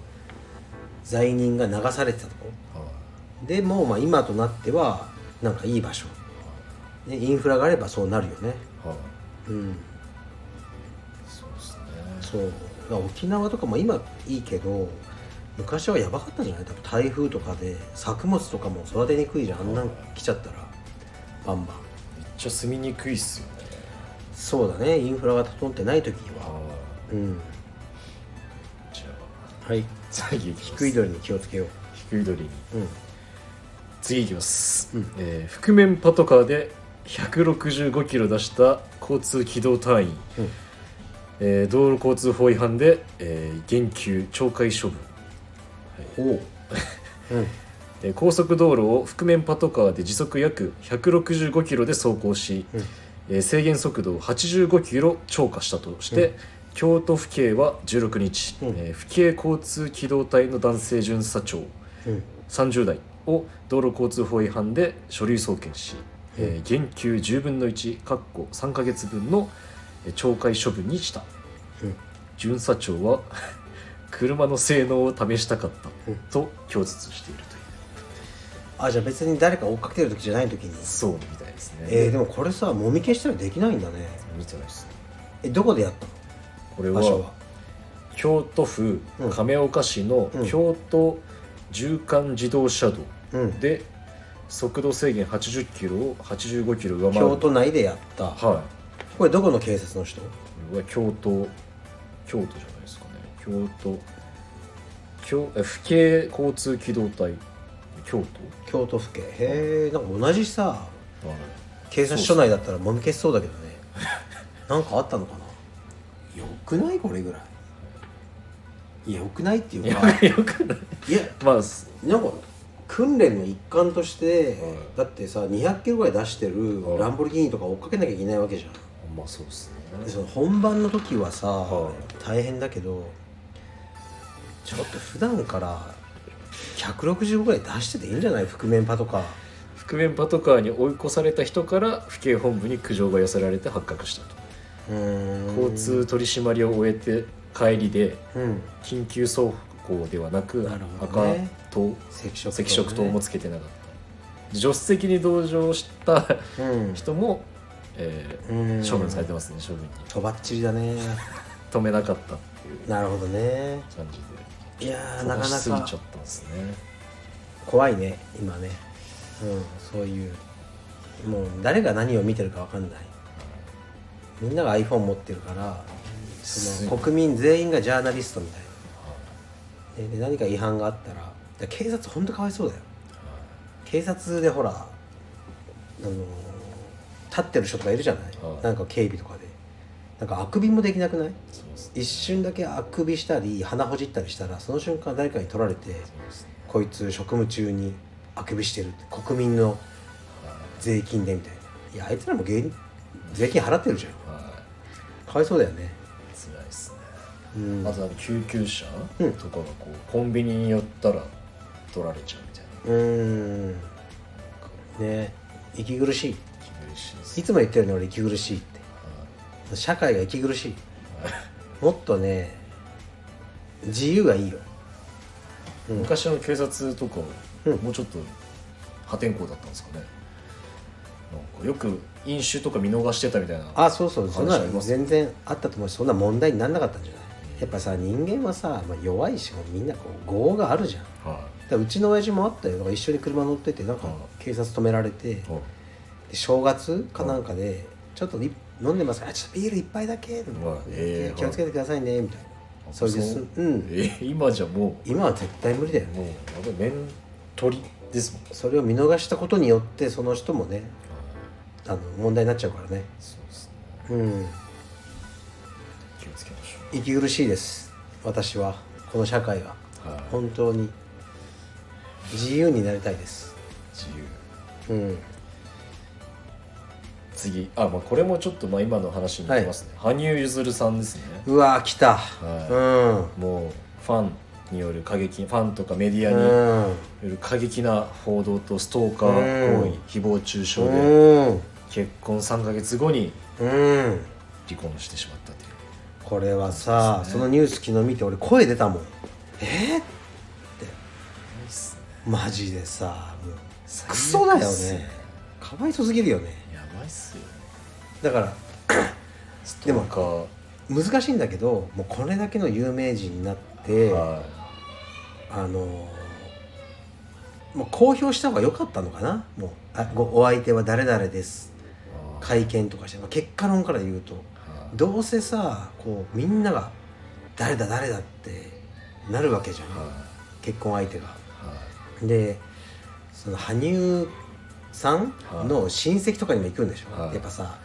Speaker 1: 罪人が流されてたとこでもまあ今となってはなんかいい場所でインフラがあればそうなるよねうん
Speaker 2: そうですね
Speaker 1: そうだから沖縄とかも今いいけど昔はやばかったんじゃない多分台風とかで作物とかも育てにくいじゃんあんなん来ちゃったらバンバン
Speaker 2: めっちゃ住みにくいっすよね
Speaker 1: そうだねインフラが整ってない時は
Speaker 2: は
Speaker 1: うん
Speaker 2: いじゃあ
Speaker 1: はい
Speaker 2: 次いきます
Speaker 1: 低い鳥に気をつけよ
Speaker 2: 低い鳥に
Speaker 1: ううん
Speaker 2: 次いきます、えー覆面パトカーで165キロ出した交通機動隊員、
Speaker 1: うん
Speaker 2: えー道路交通法違反で、えー減給懲戒処分
Speaker 1: お ううん
Speaker 2: えー高速道路を覆面パトカーで時速約165キロで走行し、えー制限速度を85キロ超過したとして、京都府警は16日、えー府警交通機動隊の男性巡査長、30代を道路交通法違反で書類送検し、えー減給10分の1かっこ3ヶ月分のえー懲戒処分にした、巡査長は 車の性能を試したかったと供述しているという
Speaker 1: あじゃあ別に誰か追っかけてる時じゃない時に
Speaker 2: そうみたいですね
Speaker 1: えー、でもこれさもみ消したらできないんだね
Speaker 2: 見てないですね
Speaker 1: えどこでやったの
Speaker 2: これ
Speaker 1: 場所
Speaker 2: は
Speaker 1: は
Speaker 2: 京都府
Speaker 1: うん
Speaker 2: 亀岡市の
Speaker 1: うん
Speaker 2: 京都縦貫自動車道
Speaker 1: うん
Speaker 2: で速度制限80キロを85キロ上回る
Speaker 1: 京都内でやった、
Speaker 2: は
Speaker 1: これどこの警察の人
Speaker 2: いこれは京都京都じゃないですかね京都京え府警交通機動隊京
Speaker 1: 京都府警へえんか同じさ
Speaker 2: 都、はい、
Speaker 1: 警察署内だったらもみ消しそうだけどねなんかあったのかなよくないこれぐらいいやよくないっていうか
Speaker 2: いやよくない
Speaker 1: いや
Speaker 2: まあす
Speaker 1: なんか訓練の一環として、
Speaker 2: はい
Speaker 1: だってさ200キロぐらい出してる
Speaker 2: はい
Speaker 1: ランボルギーニとか追っかけなきゃいけないわけじゃん
Speaker 2: まあそうです
Speaker 1: で
Speaker 2: ね
Speaker 1: その本番の時はさ、
Speaker 2: は
Speaker 1: 大変だけどちょっと普段から160ぐらい出してていいんじゃない覆面パとか
Speaker 2: 覆面パトカーに追い越された人から府警本部に苦情が寄せられて発覚したと
Speaker 1: うーん
Speaker 2: 交通取り締まりを終えて帰りで
Speaker 1: うん
Speaker 2: 緊急走行ではなく
Speaker 1: なるほど
Speaker 2: 赤
Speaker 1: ね
Speaker 2: 灯
Speaker 1: 赤色
Speaker 2: 赤色灯も
Speaker 1: つ
Speaker 2: つけてなかった助手席に同乗した
Speaker 1: うん
Speaker 2: 人も、えー
Speaker 1: うん
Speaker 2: 処分されてますね処分に
Speaker 1: とばっちりだね
Speaker 2: 止めなかったっていう
Speaker 1: なるほどね
Speaker 2: 感じ
Speaker 1: いやー
Speaker 2: で
Speaker 1: なか
Speaker 2: しすぎ
Speaker 1: な
Speaker 2: ちゃ
Speaker 1: か
Speaker 2: ったんですね
Speaker 1: 怖いね今ねうんそういうもう誰が何を見てるかわかんないみんなが iPhone 持ってるからそ
Speaker 2: す
Speaker 1: の国民全員がジャーナリストみたいな、でで何か違反があったらだから警察ほんとかわいそうだよ警察でほらあのー立ってる人とかいるじゃない、
Speaker 2: はい
Speaker 1: なんか警備とかでなんかあくびもできなくない
Speaker 2: そうですね
Speaker 1: 一瞬だけあくびしたり鼻ほじったりしたらその瞬間誰かに取られて
Speaker 2: そうですね
Speaker 1: こいつ職務中にあくびしてるって国民の税金でみたいないやあいつらも芸人税金払ってるじゃん
Speaker 2: は
Speaker 1: かわいそうだよね
Speaker 2: い辛いですね
Speaker 1: うん
Speaker 2: あとなんか救急車
Speaker 1: うん
Speaker 2: とかがこうコンビニに寄ったら取られちゃうみたいな
Speaker 1: うーんね息苦し
Speaker 2: 厳しいです
Speaker 1: いいつも言ってるの俺息苦しいって社会が息苦しいもっとね自由がいいよ
Speaker 2: 昔の警察とか、
Speaker 1: うん
Speaker 2: もうちょっと破天荒だったんですかねなんかよく飲酒とか見逃してたみたいな
Speaker 1: あそうそうそんな
Speaker 2: 話あり
Speaker 1: の
Speaker 2: ますね
Speaker 1: 全然あったと思うしそんな問題にならなかったんじゃないやっぱさ人間はさ、まあ、弱いしみんなこう業があるじゃんだか
Speaker 2: は
Speaker 1: らうちの親父もあったよだから一緒に車乗っててなんか
Speaker 2: はい
Speaker 1: 警察止められて、
Speaker 2: い、はい
Speaker 1: で正月かなんかで「ちょっとい飲んでますからあちょっとビール一杯だけ」とか
Speaker 2: ええ
Speaker 1: 気をつけてくださいね」みたいな
Speaker 2: あ
Speaker 1: それです
Speaker 2: う
Speaker 1: うん
Speaker 2: え今じゃも
Speaker 1: 今は絶対無理だよ
Speaker 2: う
Speaker 1: ね
Speaker 2: もうあの面取りですもん
Speaker 1: それを見逃したことによってその人もねあの問題になっちゃうからね
Speaker 2: そうですね
Speaker 1: うん
Speaker 2: 気をつけましょ
Speaker 1: 息苦しいです私はこの社会が
Speaker 2: う、はい
Speaker 1: 本当に自由になりたいです
Speaker 2: 自由
Speaker 1: うん
Speaker 2: 次あまあこれもちょっとまあ今の話に行きますね、羽生結弦さんですね
Speaker 1: うわー来た、
Speaker 2: もうファンによる過激ファンとかメディア
Speaker 1: う
Speaker 2: に
Speaker 1: んうん
Speaker 2: よる過激な報道とストーカー行為、
Speaker 1: うん
Speaker 2: 誹謗中傷で、
Speaker 1: うん
Speaker 2: 結婚3ヶ月後に
Speaker 1: うん
Speaker 2: 離婚してしまったという
Speaker 1: これはさそ,、のニュース昨日見て俺声出たもんえっってマジでさもうクソだよねかわいそすぎるよね
Speaker 2: やばいっすよね
Speaker 1: だから
Speaker 2: でもか、
Speaker 1: 難しいんだけどもうこれだけの有名人になって
Speaker 2: は
Speaker 1: あのもう公表した方が良かったのかなもうあごお相手は誰々です
Speaker 2: い
Speaker 1: 会見とかしてまあ結果論から言うと
Speaker 2: はい
Speaker 1: どうせさこうみんなが「誰だ誰だ」ってなるわけじゃん、
Speaker 2: はい
Speaker 1: 結婚相手が
Speaker 2: は
Speaker 1: でその羽生さん
Speaker 2: はい
Speaker 1: の親戚とかにも行くんでしょ、
Speaker 2: はい
Speaker 1: やっぱさ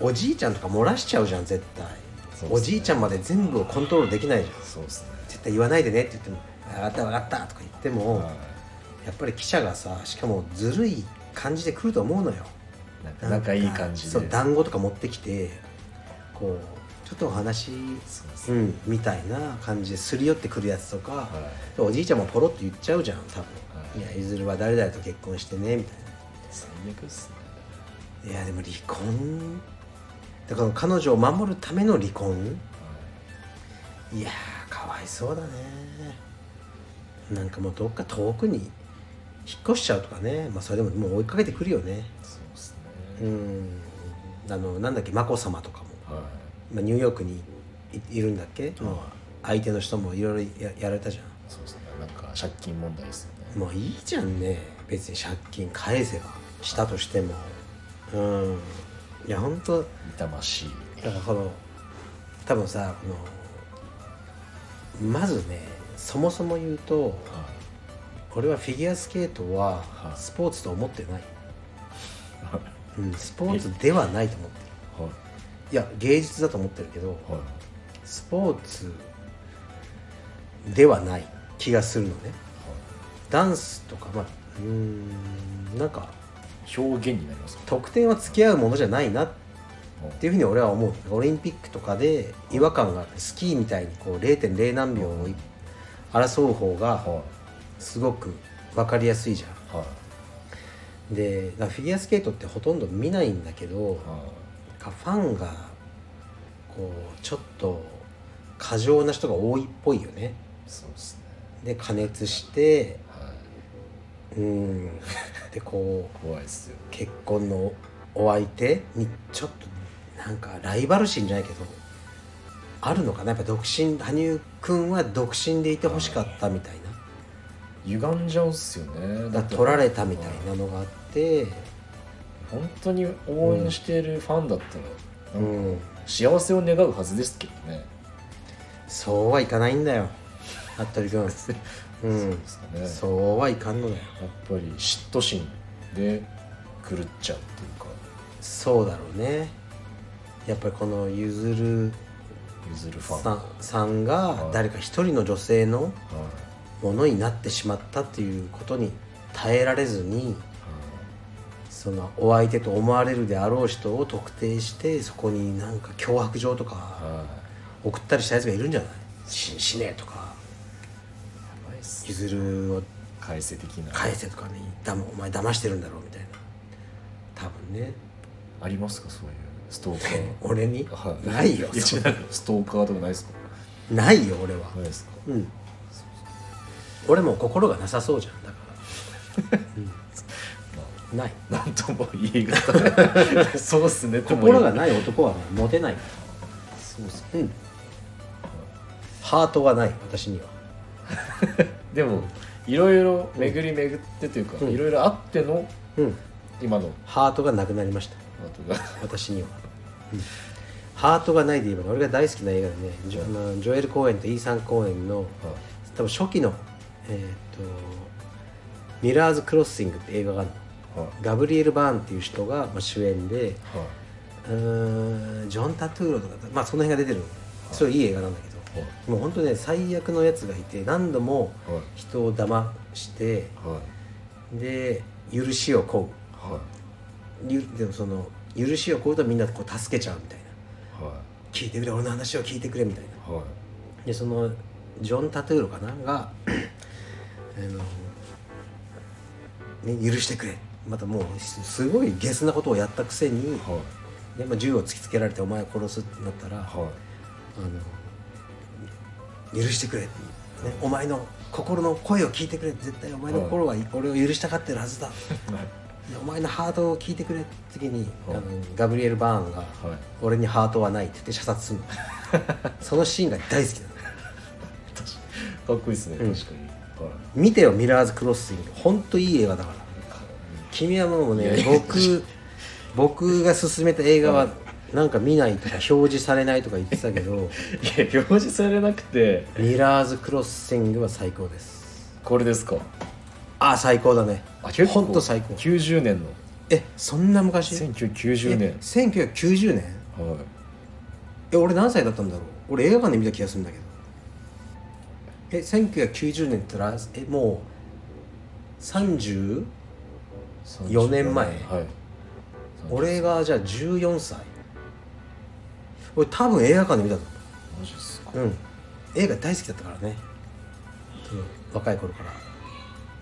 Speaker 1: おじいちゃんとか漏らしちゃうじゃん絶対、
Speaker 2: そうっすね
Speaker 1: おじいちゃんまで全部をコントロールできないじゃん
Speaker 2: いそうですね
Speaker 1: 絶対言わないでねって言っても「分かった分かった」とか言っても、
Speaker 2: は
Speaker 1: やっぱり記者がさしかもずるい感じで来ると思うのよ
Speaker 2: いなんか仲いい感じで
Speaker 1: そう団子とか持ってきてこうちょっとお話
Speaker 2: そうです
Speaker 1: う
Speaker 2: ね
Speaker 1: んみたいな感じですり寄ってくるやつとか、
Speaker 2: は
Speaker 1: おじいちゃんもポロッと言っちゃうじゃん多分、
Speaker 2: はい
Speaker 1: い、やゆずるは誰々と結婚してねみたい
Speaker 2: 最悪っすね
Speaker 1: ないやでも離婚だから彼女を守るための離婚いやーかわいそうだねなんかもうどっか遠くに引っ越しちゃうとかねまあそれでももう追いかけてくるよね
Speaker 2: そうっす
Speaker 1: う
Speaker 2: ね
Speaker 1: んあのなんだっけ眞子さまとかも、
Speaker 2: は
Speaker 1: まあ、ニューヨークにいいるんだっけ、
Speaker 2: い
Speaker 1: もう相手の人もいろいろややられたじゃん
Speaker 2: そうですねなんか借金問題ですよね
Speaker 1: もういいじゃんね別に借金返せばしたとしてもうんいや本当
Speaker 2: 痛ましい
Speaker 1: だからこの多分さこのまずねそもそも言うと
Speaker 2: は
Speaker 1: 俺はフィギュアスケートは
Speaker 2: はい
Speaker 1: スポーツと思ってない、うん、スポーツではないと思ってる
Speaker 2: いはい
Speaker 1: いや芸術だと思ってるけど
Speaker 2: はい
Speaker 1: スポーツではない気がするのねダンスとかまあうーんなんか
Speaker 2: 表現になりますか
Speaker 1: 得点は付き合うものじゃないなっ
Speaker 2: はい
Speaker 1: ていうふうに俺は思うオリンピックとかで違和感があってスキーみたいにこう0.0何秒を争う方が
Speaker 2: は
Speaker 1: すごく分かりやすいじゃ
Speaker 2: いはい
Speaker 1: んでだからフィギュアスケートってほとんど見ないんだけどな
Speaker 2: は
Speaker 1: んかファンがこうちょっと過剰な人が多いっぽいよね
Speaker 2: いそうです
Speaker 1: で
Speaker 2: ね
Speaker 1: 加熱して
Speaker 2: はい
Speaker 1: うん でこう
Speaker 2: 怖いっすよ
Speaker 1: 結婚のお相手にちょっとなんかライバル心じゃないけどあるのかなやっぱ独身羽生君は独身でいてほしかったみたい
Speaker 2: 歪んじゃうっすよね
Speaker 1: なだ取られたみたいなのがあって
Speaker 2: 本当に応援してるファンだったら、
Speaker 1: うん
Speaker 2: 幸せを願うはずですけどね
Speaker 1: そうはいかないんだよ服部君うん
Speaker 2: ですかねやっ
Speaker 1: そうはいかんのだよ
Speaker 2: ぱり嫉妬心で狂っちゃうっていうか
Speaker 1: そうだろうねやっぱりこのゆずる
Speaker 2: 譲るファン
Speaker 1: さ
Speaker 2: は
Speaker 1: んさんが誰か一人の女性の
Speaker 2: いはい
Speaker 1: ものになってしまったっていうことに耐えられずにそのお相手と思われるであろう人を特定してそこになんか脅迫状とか
Speaker 2: は
Speaker 1: 送ったりしたやつがいるんじゃないししねえとか
Speaker 2: いやばいっすね
Speaker 1: 譲るを
Speaker 2: 返せ的な
Speaker 1: 返せとかねだまお前騙してるんだろうみたいな多分ね
Speaker 2: ありますかそういうストーカ
Speaker 1: 俺に、
Speaker 2: ーはい
Speaker 1: ないよ
Speaker 2: や
Speaker 1: そん
Speaker 2: 違うストーカーとかないですか
Speaker 1: なないよ俺は
Speaker 2: ないですか
Speaker 1: うん俺もう心がなさそうじゃんだからない
Speaker 2: なんとも言い難 いそうっすねとも言
Speaker 1: 心
Speaker 2: い
Speaker 1: がない男はねモテない
Speaker 2: そうっすね
Speaker 1: うんハートがない私には
Speaker 2: でもいろいろ巡り巡ってというか
Speaker 1: うん
Speaker 2: いろいろあっての
Speaker 1: うん
Speaker 2: 今の
Speaker 1: ハートがなくなりました
Speaker 2: 後が
Speaker 1: 私には、うんハートがないで言えばね俺が大好きな映画でねジョ,、あのジョエル・公演とイーサン・公演の多分初期のえーっと「ミラーズ・クロッシング」って映画があるの
Speaker 2: はい
Speaker 1: ガブリエル・バーンっていう人がまあ主演で
Speaker 2: は
Speaker 1: うーんジョン・タトゥーロとかまあその辺が出てるのそれいい映画なんだけど
Speaker 2: いはい
Speaker 1: もう本当ね最悪のやつがいて何度も
Speaker 2: はい
Speaker 1: 人を騙して
Speaker 2: はい
Speaker 1: で許しを請う
Speaker 2: は
Speaker 1: ゆでもその許しを超えたらみんなこう助けちゃうみたいない
Speaker 2: は
Speaker 1: 聞いてくれ俺の話を聞いてくれみたいない
Speaker 2: はい
Speaker 1: でそのジョン・タトゥーロかなが あの、ね、許してくれまたもうすすごいゲスなことをやったくせに
Speaker 2: はい
Speaker 1: で、まあ、銃を突きつけられてお前を殺すってなったら、
Speaker 2: は
Speaker 1: あの許してくれ、ね、お前の心の声を聞いてくれ絶対お前の心は俺を許したがってるはずだ、でお前のハートを聞いてくれって時に、
Speaker 2: はい
Speaker 1: あのガブリエル・バーンが
Speaker 2: いはい
Speaker 1: 「俺にハートはない」って言って射殺するのそのシーンが大好きなの
Speaker 2: かっこいいですね
Speaker 1: うん
Speaker 2: 確かには
Speaker 1: 見てよミラーズ・クロッシングほんといい映画だから君はもう
Speaker 2: いや
Speaker 1: ね
Speaker 2: いや
Speaker 1: 僕僕が勧めた映画
Speaker 2: は
Speaker 1: はいなんか見ないとか表示されないとか言ってたけど
Speaker 2: いいや表示されなくて
Speaker 1: ミラーズ・クロッシングは最高です
Speaker 2: これですか
Speaker 1: あ最高だね
Speaker 2: あ結構
Speaker 1: ほんと最高
Speaker 2: 90年の
Speaker 1: えそんな昔
Speaker 2: 1990
Speaker 1: え
Speaker 2: 年
Speaker 1: 1990年
Speaker 2: はい
Speaker 1: え俺何歳だったんだろう俺映画館で見た気がするんだけどえ1990年って言ったらえもう 30? 四年前
Speaker 2: はい
Speaker 1: 俺がじゃあ14歳俺多分映画館で見たと
Speaker 2: マジですか
Speaker 1: 思う、うん、映画大好きだったからね、うん、若い頃か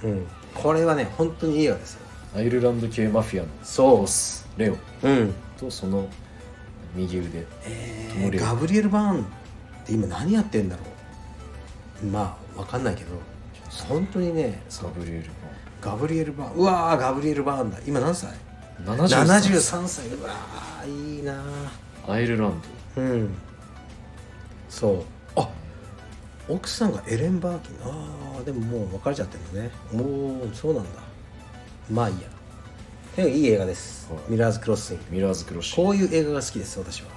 Speaker 1: らうんこれはね本当にいい映画ですよ
Speaker 2: アイルランド系マフィアの
Speaker 1: そう
Speaker 2: ボスレオ
Speaker 1: うん
Speaker 2: とその右腕
Speaker 1: え
Speaker 2: トムレ
Speaker 1: ー、
Speaker 2: オ
Speaker 1: ガブリエル・バーンって今何やってんだろうまあわかんないけど本当にねそ
Speaker 2: ガ
Speaker 1: う
Speaker 2: ブリエル
Speaker 1: ガブリエル・バーンうわーガブリエル・バーンだ今何歳
Speaker 2: の
Speaker 1: 73
Speaker 2: 73
Speaker 1: 歳うわーいいな
Speaker 2: アイルラン
Speaker 1: ーうんそうあ奥さんがエレン・バーキンああでももう別れちゃってるのねもうそうなんだまあいいやでもいい映画です、
Speaker 2: はい
Speaker 1: ミラーズ・クロッシング
Speaker 2: ドミラーズクロッシュ
Speaker 1: こういう映画が好きです私は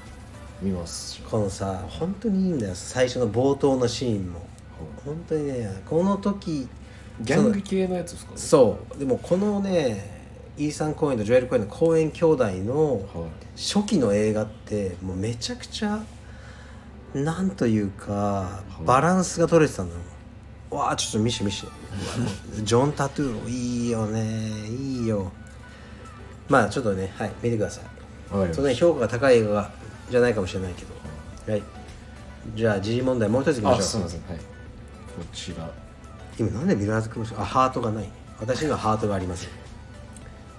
Speaker 2: 見ます
Speaker 1: このさ本当にいいんだよ最初の冒頭のシーンも本当にねこの時
Speaker 2: ギャング系のやつですか
Speaker 1: そうでもこのねイーサン・コーエンとジョエル・コーエンの公演兄弟の
Speaker 2: はい
Speaker 1: 初期の映画ってもうめちゃくちゃなんというか
Speaker 2: い
Speaker 1: バランスが取れてたのよわあちょっと見して見してうわもうジョン・タトゥーロいいよねいいよまあちょっとねはい見てください
Speaker 2: はい
Speaker 1: そんなに評価が高い映画じゃないかもしれないけど、はい、じゃあ時事問題もう一ついきま
Speaker 2: あ
Speaker 1: し
Speaker 2: す
Speaker 1: ょ
Speaker 2: いうませんはいこちら
Speaker 1: 今なんでミラーズクロッシュあハートがない私にはハートがありません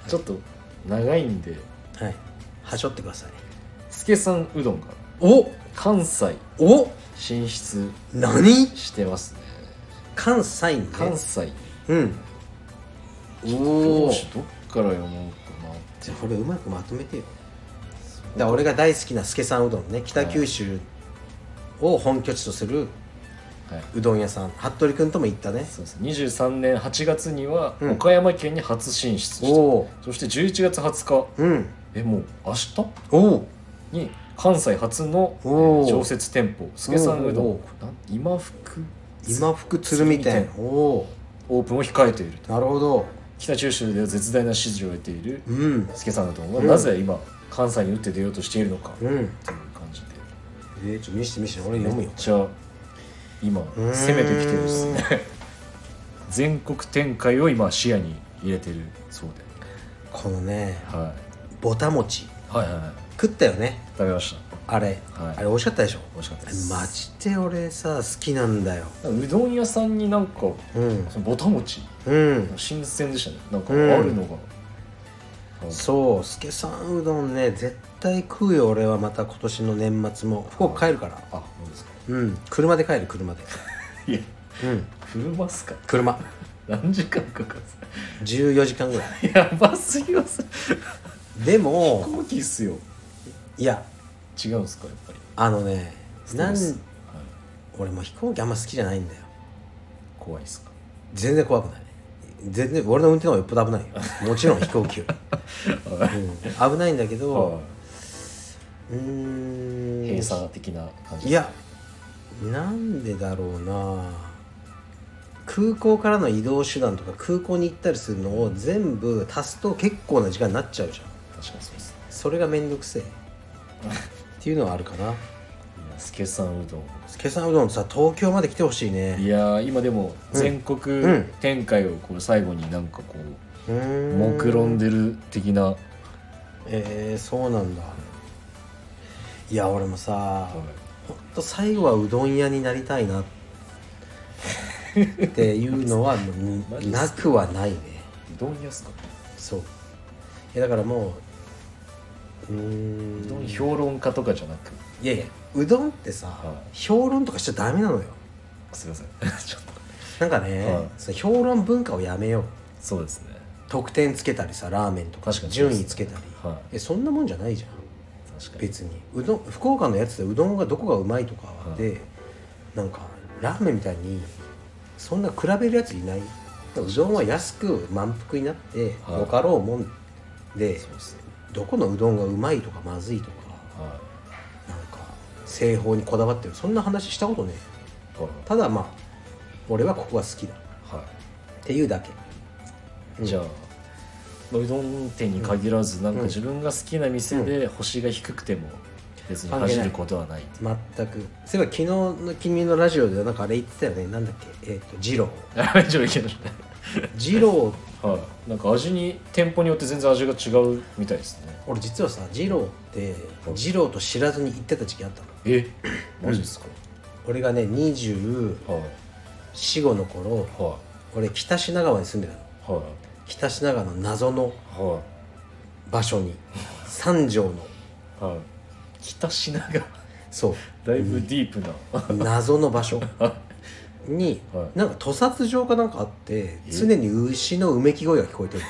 Speaker 2: ちょっと長いんで
Speaker 1: はいはしょってください
Speaker 2: すけさんうどんが
Speaker 1: お
Speaker 2: 関西
Speaker 1: お
Speaker 2: 進出
Speaker 1: 何
Speaker 2: してますね
Speaker 1: 関西ね
Speaker 2: 関西
Speaker 1: うんおお
Speaker 2: どうしどっから読もうかな
Speaker 1: じゃあこれうまくまとめてよだから俺が大好きな助さんうどんね北九州を本拠地とする
Speaker 2: はいう
Speaker 1: どん屋さん服部君とも行ったね
Speaker 2: そうです23年8月には
Speaker 1: うん
Speaker 2: 岡山県に初進出して、
Speaker 1: おー
Speaker 2: そして11月20日
Speaker 1: うん
Speaker 2: えもう明日
Speaker 1: おお
Speaker 2: に関西初のえ
Speaker 1: おー
Speaker 2: ー常設店舗すけさんうど
Speaker 1: おーおーおー
Speaker 2: んこれなん今福
Speaker 1: 今福鶴見店お
Speaker 2: 鶴
Speaker 1: お
Speaker 2: オープンを控えていると
Speaker 1: なるほど
Speaker 2: 北九州では絶大な支持を得ている
Speaker 1: うん
Speaker 2: すけさんうどんは
Speaker 1: うん
Speaker 2: なぜ今関西に打って出ようとしているのかって
Speaker 1: う
Speaker 2: いうん感じで
Speaker 1: えー、ちょっと見して見して俺読む
Speaker 2: めっ
Speaker 1: よ
Speaker 2: ちゃ今
Speaker 1: ーん
Speaker 2: 攻めてきてるですね 全国展開を今視野に入れてるそうで、
Speaker 1: このね
Speaker 2: は
Speaker 1: ぼた餅
Speaker 2: い、はいはいはい
Speaker 1: 食ったよね
Speaker 2: 食べました
Speaker 1: あれ、
Speaker 2: はい
Speaker 1: あれ美味しかったでしょ
Speaker 2: 美味しかったです
Speaker 1: マジで俺さ好きなんだよ
Speaker 2: うどん屋さんになんか
Speaker 1: うん
Speaker 2: そのぼた餅
Speaker 1: うん
Speaker 2: 新鮮でしたねなんかあ
Speaker 1: うん
Speaker 2: るのが、
Speaker 1: そうすけさんうどんね絶対食うよ俺はまた今年の年末も福岡帰るから
Speaker 2: あそうですか
Speaker 1: うん車で帰る車で
Speaker 2: いや
Speaker 1: うん
Speaker 2: 車っすか
Speaker 1: 車
Speaker 2: 何時間かかる
Speaker 1: 14時間ぐらい
Speaker 2: やばすぎます
Speaker 1: でも
Speaker 2: 飛行機っすよ
Speaker 1: いや
Speaker 2: 違うんすかやっぱり
Speaker 1: あのねなん
Speaker 2: ストレスはい
Speaker 1: 俺もう飛行機あんま好きじゃないんだよ
Speaker 2: 怖いっすか
Speaker 1: 全然怖くない全然俺の運転の方がよっぽど危 ないよもちろん飛行機より、うん、危ないんだけど、うーん
Speaker 2: 閉鎖的な感じ
Speaker 1: いやなんでだろうな空港からの移動手段とか空港に行ったりするのを全部足すと結構な時間になっちゃうじゃん
Speaker 2: 確かにそうです
Speaker 1: それがめんどく せえっていうのはあるかない
Speaker 2: やすけさんうどん
Speaker 1: 助さんうどんさ東京まで来てほしい
Speaker 2: い
Speaker 1: ね
Speaker 2: やー今でも全
Speaker 1: う
Speaker 2: 国
Speaker 1: ん
Speaker 2: 展開をこう最後になんかこう
Speaker 1: うーん
Speaker 2: 目論んでる的な、
Speaker 1: えー、そうなんだいや俺もさ、
Speaker 2: はい
Speaker 1: ほんと最後はうどん屋になりたい なっていうのは
Speaker 2: マジっすか
Speaker 1: なくはないね
Speaker 2: うどん屋っすか
Speaker 1: そういやだからもううーん
Speaker 2: うどん評論家とかじゃなく
Speaker 1: いやいやうどんってさ、
Speaker 2: は
Speaker 1: 評論とかしちゃダメなのよ
Speaker 2: すいません ちょっと
Speaker 1: なんかね、
Speaker 2: はい
Speaker 1: その評論文化をやめよう
Speaker 2: そうですね
Speaker 1: 得点つけたりさラーメンとか
Speaker 2: 確かにそ
Speaker 1: 順
Speaker 2: うです
Speaker 1: 位つけたり、
Speaker 2: はい
Speaker 1: えそんなもんじゃないじゃん
Speaker 2: 確かに
Speaker 1: 別にうどん福岡のやつでうどんがどこがうまいとかで、なんかラーメンみたいにそんな比べるやついないうどんは安く満腹になって
Speaker 2: はい
Speaker 1: よかろうもんで、
Speaker 2: そうですね
Speaker 1: どこのうどんがうまいとかまずいとか
Speaker 2: は
Speaker 1: なんか製法にこだわってるそんな話したことねえ
Speaker 2: いは
Speaker 1: ただまあ俺はここが好きだっ
Speaker 2: い、は
Speaker 1: ていうだけ
Speaker 2: い、じゃあまあうどん店に限らずなんか自分が好きな店で星が低くても別に
Speaker 1: 関係
Speaker 2: 走
Speaker 1: ない
Speaker 2: ることはない って
Speaker 1: 全くそういえば昨日の君のラジオでなんかあれ言ってたよねなんだっけえっ、とジロー
Speaker 2: あれ以上いけない
Speaker 1: ジロー
Speaker 2: はいなんか味に店舗によって全然味が違うみたいですね
Speaker 1: 俺実はさジローってジローと知らずに行ってた時期あったの
Speaker 2: えマジですか、
Speaker 1: 俺がね245
Speaker 2: はい
Speaker 1: の頃
Speaker 2: は
Speaker 1: 俺北品川に住んでたの
Speaker 2: いは
Speaker 1: 北品川の謎の
Speaker 2: いは
Speaker 1: 場所に三条の
Speaker 2: いはい北品川
Speaker 1: そ
Speaker 2: だいぶディープな、
Speaker 1: う謎の場 所に、
Speaker 2: はい
Speaker 1: なんか屠殺場かなんかあって常に牛のうめき声が聞こえて る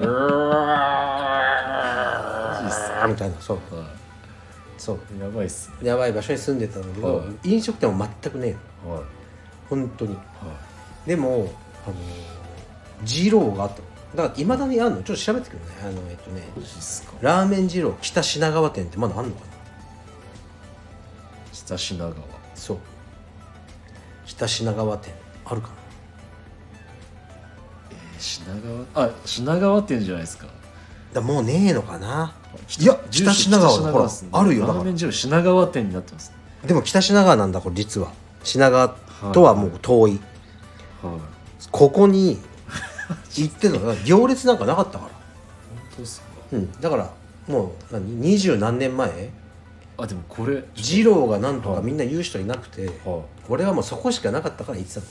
Speaker 1: うわーみたいなそう
Speaker 2: は
Speaker 1: そう
Speaker 2: い、やばいっすね
Speaker 1: やばい場所に住んでたんだけど、
Speaker 2: はい
Speaker 1: 飲食店も全くねえの
Speaker 2: はい
Speaker 1: 本当に
Speaker 2: は
Speaker 1: でもあのー二郎があったのだからいまだにあるのちょっと調べてくるねあのえっとね
Speaker 2: いマジっすか
Speaker 1: ラーメン二郎北品川店ってまだあんのかな
Speaker 2: 北品川
Speaker 1: そう北品川店あるかな
Speaker 2: えー品川あ品川店じゃないですか
Speaker 1: だもうねえのかない
Speaker 2: い
Speaker 1: や北品川だ
Speaker 2: だ
Speaker 1: ほらあるよだ
Speaker 2: ラ
Speaker 1: か
Speaker 2: ーメ
Speaker 1: ら
Speaker 2: ン二郎品川店になってますね
Speaker 1: でも北品川なんだこれ実は品川とはもう遠い、
Speaker 2: はい
Speaker 1: ここに行ってたの行列なんかなかったか、
Speaker 2: 本当ですから
Speaker 1: うん、だからもう何二十何年前
Speaker 2: あでもこれ
Speaker 1: 二郎がなんとか
Speaker 2: はい
Speaker 1: みんな言う人いなくて、
Speaker 2: はい
Speaker 1: 俺はもうそこしかなかったから行ってたの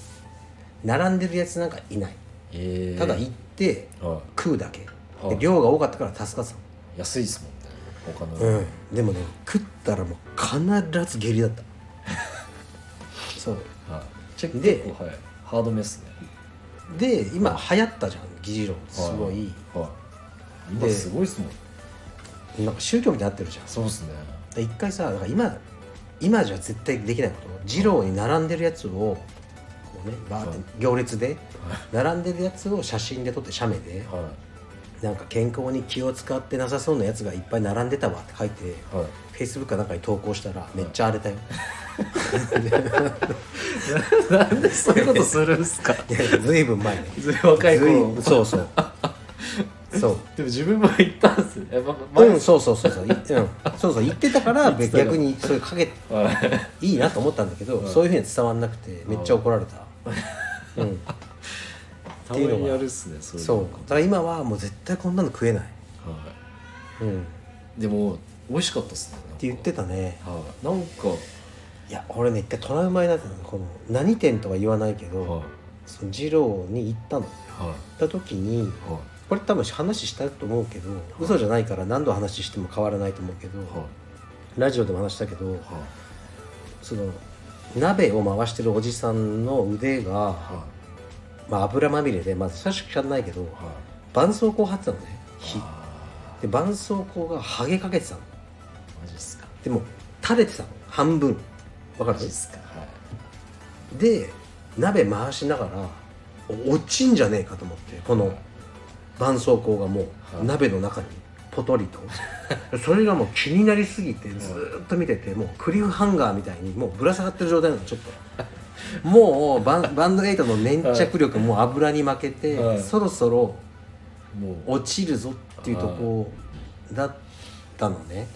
Speaker 1: 並んでるやつなんかいない
Speaker 2: えー、
Speaker 1: ただ行って
Speaker 2: は
Speaker 1: 食うだけ、
Speaker 2: は
Speaker 1: で
Speaker 2: い
Speaker 1: 量が多かったから助かってたの
Speaker 2: い安いですもんね他の、
Speaker 1: うん、でもね食ったらもう必ず下痢だった そう
Speaker 2: はい、チェック
Speaker 1: で
Speaker 2: 結構はいハードめっすね
Speaker 1: で今流行ったじゃん議事論すごい、
Speaker 2: はい、はい、今
Speaker 1: です
Speaker 2: ごいっすもん
Speaker 1: なんか宗教みたいになってるじゃん
Speaker 2: そうっすね
Speaker 1: で一回さなんか今今じゃ絶対できないこと二郎に並んでるやつをこうねバーって行列で並んでるやつを写真で撮って写メで
Speaker 2: は
Speaker 1: なんか健康に気を使ってなさそうなやつがいっぱい並んでたわって書いて、
Speaker 2: いはい
Speaker 1: フェイスブックかなんかに投稿したらめっちゃ荒れたよ、
Speaker 2: なんでそういうことするんすか
Speaker 1: いやずいぶん前 ね
Speaker 2: ずいぶん若い
Speaker 1: ずい
Speaker 2: 頃
Speaker 1: ぶんそうそうそう
Speaker 2: でも自分も行ったんですね、ま、前
Speaker 1: うん、そうそうそうそう、いうん、そうそう言ってたから
Speaker 2: 言ってたから
Speaker 1: 逆にそれかけ
Speaker 2: はい
Speaker 1: いいなと思ったんだけど、そういうふうに伝わんなくてめっちゃ怒られた、うん、
Speaker 2: たまにやるっすねそういうの
Speaker 1: そうだから今はもう絶対こんなの食えない、
Speaker 2: は
Speaker 1: うん、って
Speaker 2: い、でも美味しかったっすねなんか
Speaker 1: 言ってたね
Speaker 2: はい、なんか、
Speaker 1: いや俺ね一回トラウマになったのこの何店とは言わないけど、
Speaker 2: はい
Speaker 1: その二郎に行ったの行
Speaker 2: は
Speaker 1: った時に
Speaker 2: いは
Speaker 1: これ多分話したと思うけど、嘘じゃないから何度話しても変わらないと思うけど、
Speaker 2: いは
Speaker 1: ラジオでも話したけど、
Speaker 2: いはい
Speaker 1: その鍋を回してるおじさんの腕が、
Speaker 2: は
Speaker 1: まあ、油まみれでまず最初聞かないけど
Speaker 2: いはい
Speaker 1: 絆創膏貼ってたのね火
Speaker 2: あ
Speaker 1: で絆創膏が剥げかけてたの
Speaker 2: ーマジっすか
Speaker 1: でも垂れてたの半分わか
Speaker 2: マ
Speaker 1: る
Speaker 2: ジっすかはい
Speaker 1: で鍋回しながらお落ちんじゃねえかと思ってこの絆創膏がも
Speaker 2: は
Speaker 1: う
Speaker 2: い
Speaker 1: 鍋の中にポトリと それがもう気になりすぎてずーっと見ててもうクリフハンガーみたいにもうぶら下がってる状態なのちょっともうバン バンドエイトの粘着力もう油に負けて、
Speaker 2: はい
Speaker 1: そろそろ
Speaker 2: もう
Speaker 1: 落ちるぞっていうとこだったのね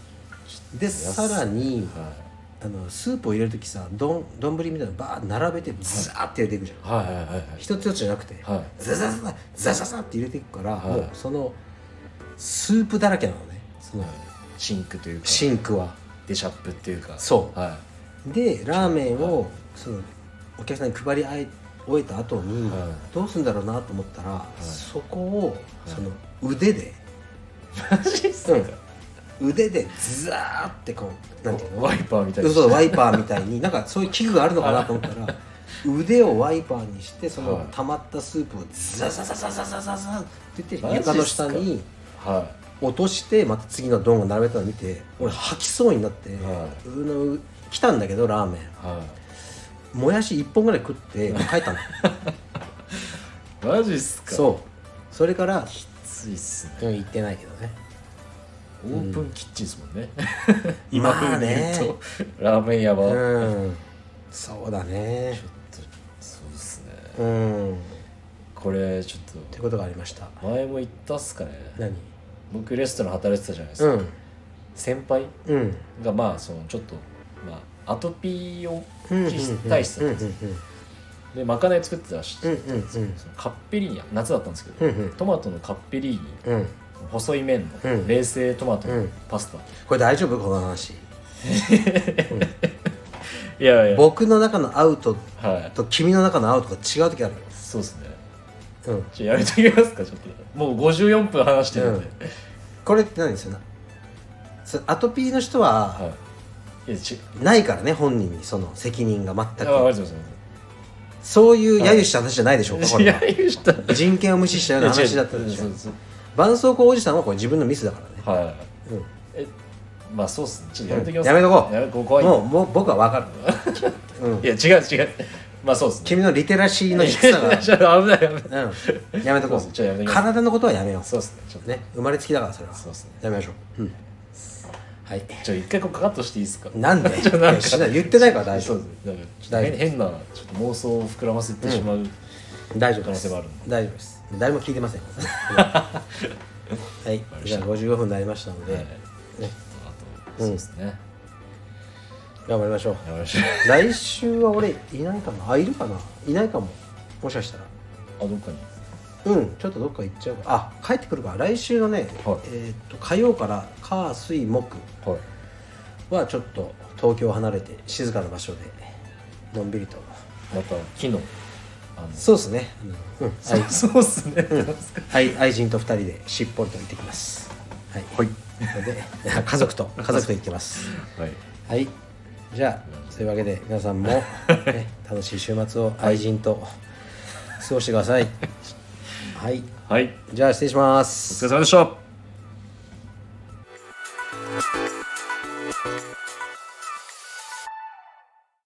Speaker 1: でさらに
Speaker 2: は
Speaker 1: あのスープを入れる時さ丼丼みたいなのバーッて並べてザーって入れていくじゃん
Speaker 2: いはいはいはいはい
Speaker 1: 一つ一つじゃなくて
Speaker 2: はい
Speaker 1: ザザザザザザザって入れていくから、
Speaker 2: はい
Speaker 1: もうそのスープだらけなのねその
Speaker 2: シンクというか
Speaker 1: シンクは
Speaker 2: デシャップっていうか
Speaker 1: そう
Speaker 2: は
Speaker 1: でラーメンをそのお客さんに配りあえ終えた後に、
Speaker 2: は
Speaker 1: どうするんだろうなと思ったら、
Speaker 2: い
Speaker 1: そこをその腕で、
Speaker 2: いマジっすか
Speaker 1: 腕でザーってこうなんていうの
Speaker 2: ワイパーみたいな
Speaker 1: そうそうワイパーみたいになんかそういう器具があるのかなと思ったら腕をワイパーにしてそ
Speaker 2: は
Speaker 1: の
Speaker 2: い
Speaker 1: 溜まったスープをザザザザザザザザって言っ
Speaker 2: マ
Speaker 1: て
Speaker 2: ジっすか
Speaker 1: 床の下に
Speaker 2: は
Speaker 1: 落としてまた次の丼を並べたのを見て俺吐きそうになって、
Speaker 2: は
Speaker 1: うのう来たんだけどラーメ
Speaker 2: いは
Speaker 1: ンもやし1本ぐらい食って帰ったの
Speaker 2: いマジっすかう
Speaker 1: そうそれから
Speaker 2: ついっすね
Speaker 1: うん行ってないけどね
Speaker 2: オープンキッチンっすもんね今
Speaker 1: まあ
Speaker 2: 風に
Speaker 1: ね
Speaker 2: 言うとラーメン屋はちょっ
Speaker 1: うんそうだね
Speaker 2: とそうっす
Speaker 1: う
Speaker 2: ね
Speaker 1: んっ
Speaker 2: これちょって
Speaker 1: ことがありました
Speaker 2: と前も言ったっすかね
Speaker 1: 何
Speaker 2: 僕レストラン働いてたじゃないです
Speaker 1: う
Speaker 2: か
Speaker 1: ん
Speaker 2: 先輩
Speaker 1: うん
Speaker 2: がまあそのちょっと、まあ、アトピーを
Speaker 1: うん
Speaker 2: 気質体質だったんですよでまかない作ってたらし
Speaker 1: うんうんうん
Speaker 2: そのカッペリーニ夏だったんですけ
Speaker 1: う
Speaker 2: ど、
Speaker 1: んうん
Speaker 2: トマトのカッペリーニ
Speaker 1: うんうん
Speaker 2: 細い麺
Speaker 1: う
Speaker 2: の
Speaker 1: ん
Speaker 2: 冷製トマト
Speaker 1: う
Speaker 2: の
Speaker 1: ん
Speaker 2: パスタ、
Speaker 1: これ大丈夫この話
Speaker 2: いやいや
Speaker 1: 僕の中のアウト
Speaker 2: はい
Speaker 1: と君の中のアウトが違う時ある
Speaker 2: そうですね
Speaker 1: よ、うん、
Speaker 2: じゃあやめときますかちょっともう54分話してるんで、
Speaker 1: これって何ですよなそアトピーの人は
Speaker 2: はいいやち
Speaker 1: ないからね本人にその責任が
Speaker 2: あ
Speaker 1: 全
Speaker 2: 分か
Speaker 1: く
Speaker 2: りました
Speaker 1: そういう揶揄した話じゃないでしょうか、こ
Speaker 2: 分
Speaker 1: れ
Speaker 2: か
Speaker 1: は
Speaker 2: りましたいや言うた
Speaker 1: 人権を無視したような話だったでしょ
Speaker 2: そうそう
Speaker 1: 絆創膏おじさんはこれ自分のミスだからね、
Speaker 2: はい
Speaker 1: うん
Speaker 2: えまあそうっすねちょっとやめときます
Speaker 1: やめとこう
Speaker 2: やめこう怖い
Speaker 1: もうもう僕は分かる、うん
Speaker 2: い、や違う違うまあそうっすね
Speaker 1: 君のリテラシーの低さ
Speaker 2: いやちょっと危ない危ない
Speaker 1: が、うん、やめとこ
Speaker 2: そう
Speaker 1: う
Speaker 2: ちょっとやめときます
Speaker 1: 体のことはやめよ
Speaker 2: そうっすねちょっ
Speaker 1: う
Speaker 2: とね
Speaker 1: ね生まれつきだからそれは
Speaker 2: そうっすね
Speaker 1: やめましょう、うん、はい
Speaker 2: ちょ一回こうカカットしていいですか
Speaker 1: なんで
Speaker 2: ちょ なんか
Speaker 1: いや言ってないから大丈
Speaker 2: そう
Speaker 1: 夫
Speaker 2: ですねなんかちょっと変変なちょっと妄想を膨らませてしまう、
Speaker 1: 大丈夫
Speaker 2: 可
Speaker 1: で
Speaker 2: 能
Speaker 1: す
Speaker 2: 性もある
Speaker 1: 大丈夫です誰も聞いてませんはいじゃあ55分になりましたので、
Speaker 2: はい
Speaker 1: ね
Speaker 2: あとそうですね、
Speaker 1: 頑張りましょう
Speaker 2: やめましょう
Speaker 1: 来週は俺いないかなあいるかないないかももしかしたら
Speaker 2: あどっかに
Speaker 1: うんちょっとどっか行っちゃうかあ帰ってくるから来週のね、
Speaker 2: はい
Speaker 1: えーっと火曜から火水木
Speaker 2: はい
Speaker 1: はちょっと東京を離れて静かな場所でのんびりと
Speaker 2: また昨日あの
Speaker 1: そうですね、うんうん
Speaker 2: そうそうっすね、
Speaker 1: はい、愛人と二人でしっぽりと行ってきます。はい、で 家族と家族と行ってます。
Speaker 2: はい
Speaker 1: はい、じゃあそういうわけで皆さんも、 ね、楽しい週末を愛人と過ごしてください。はい、
Speaker 2: はい
Speaker 1: じゃあ失礼します
Speaker 2: お疲。れ様でした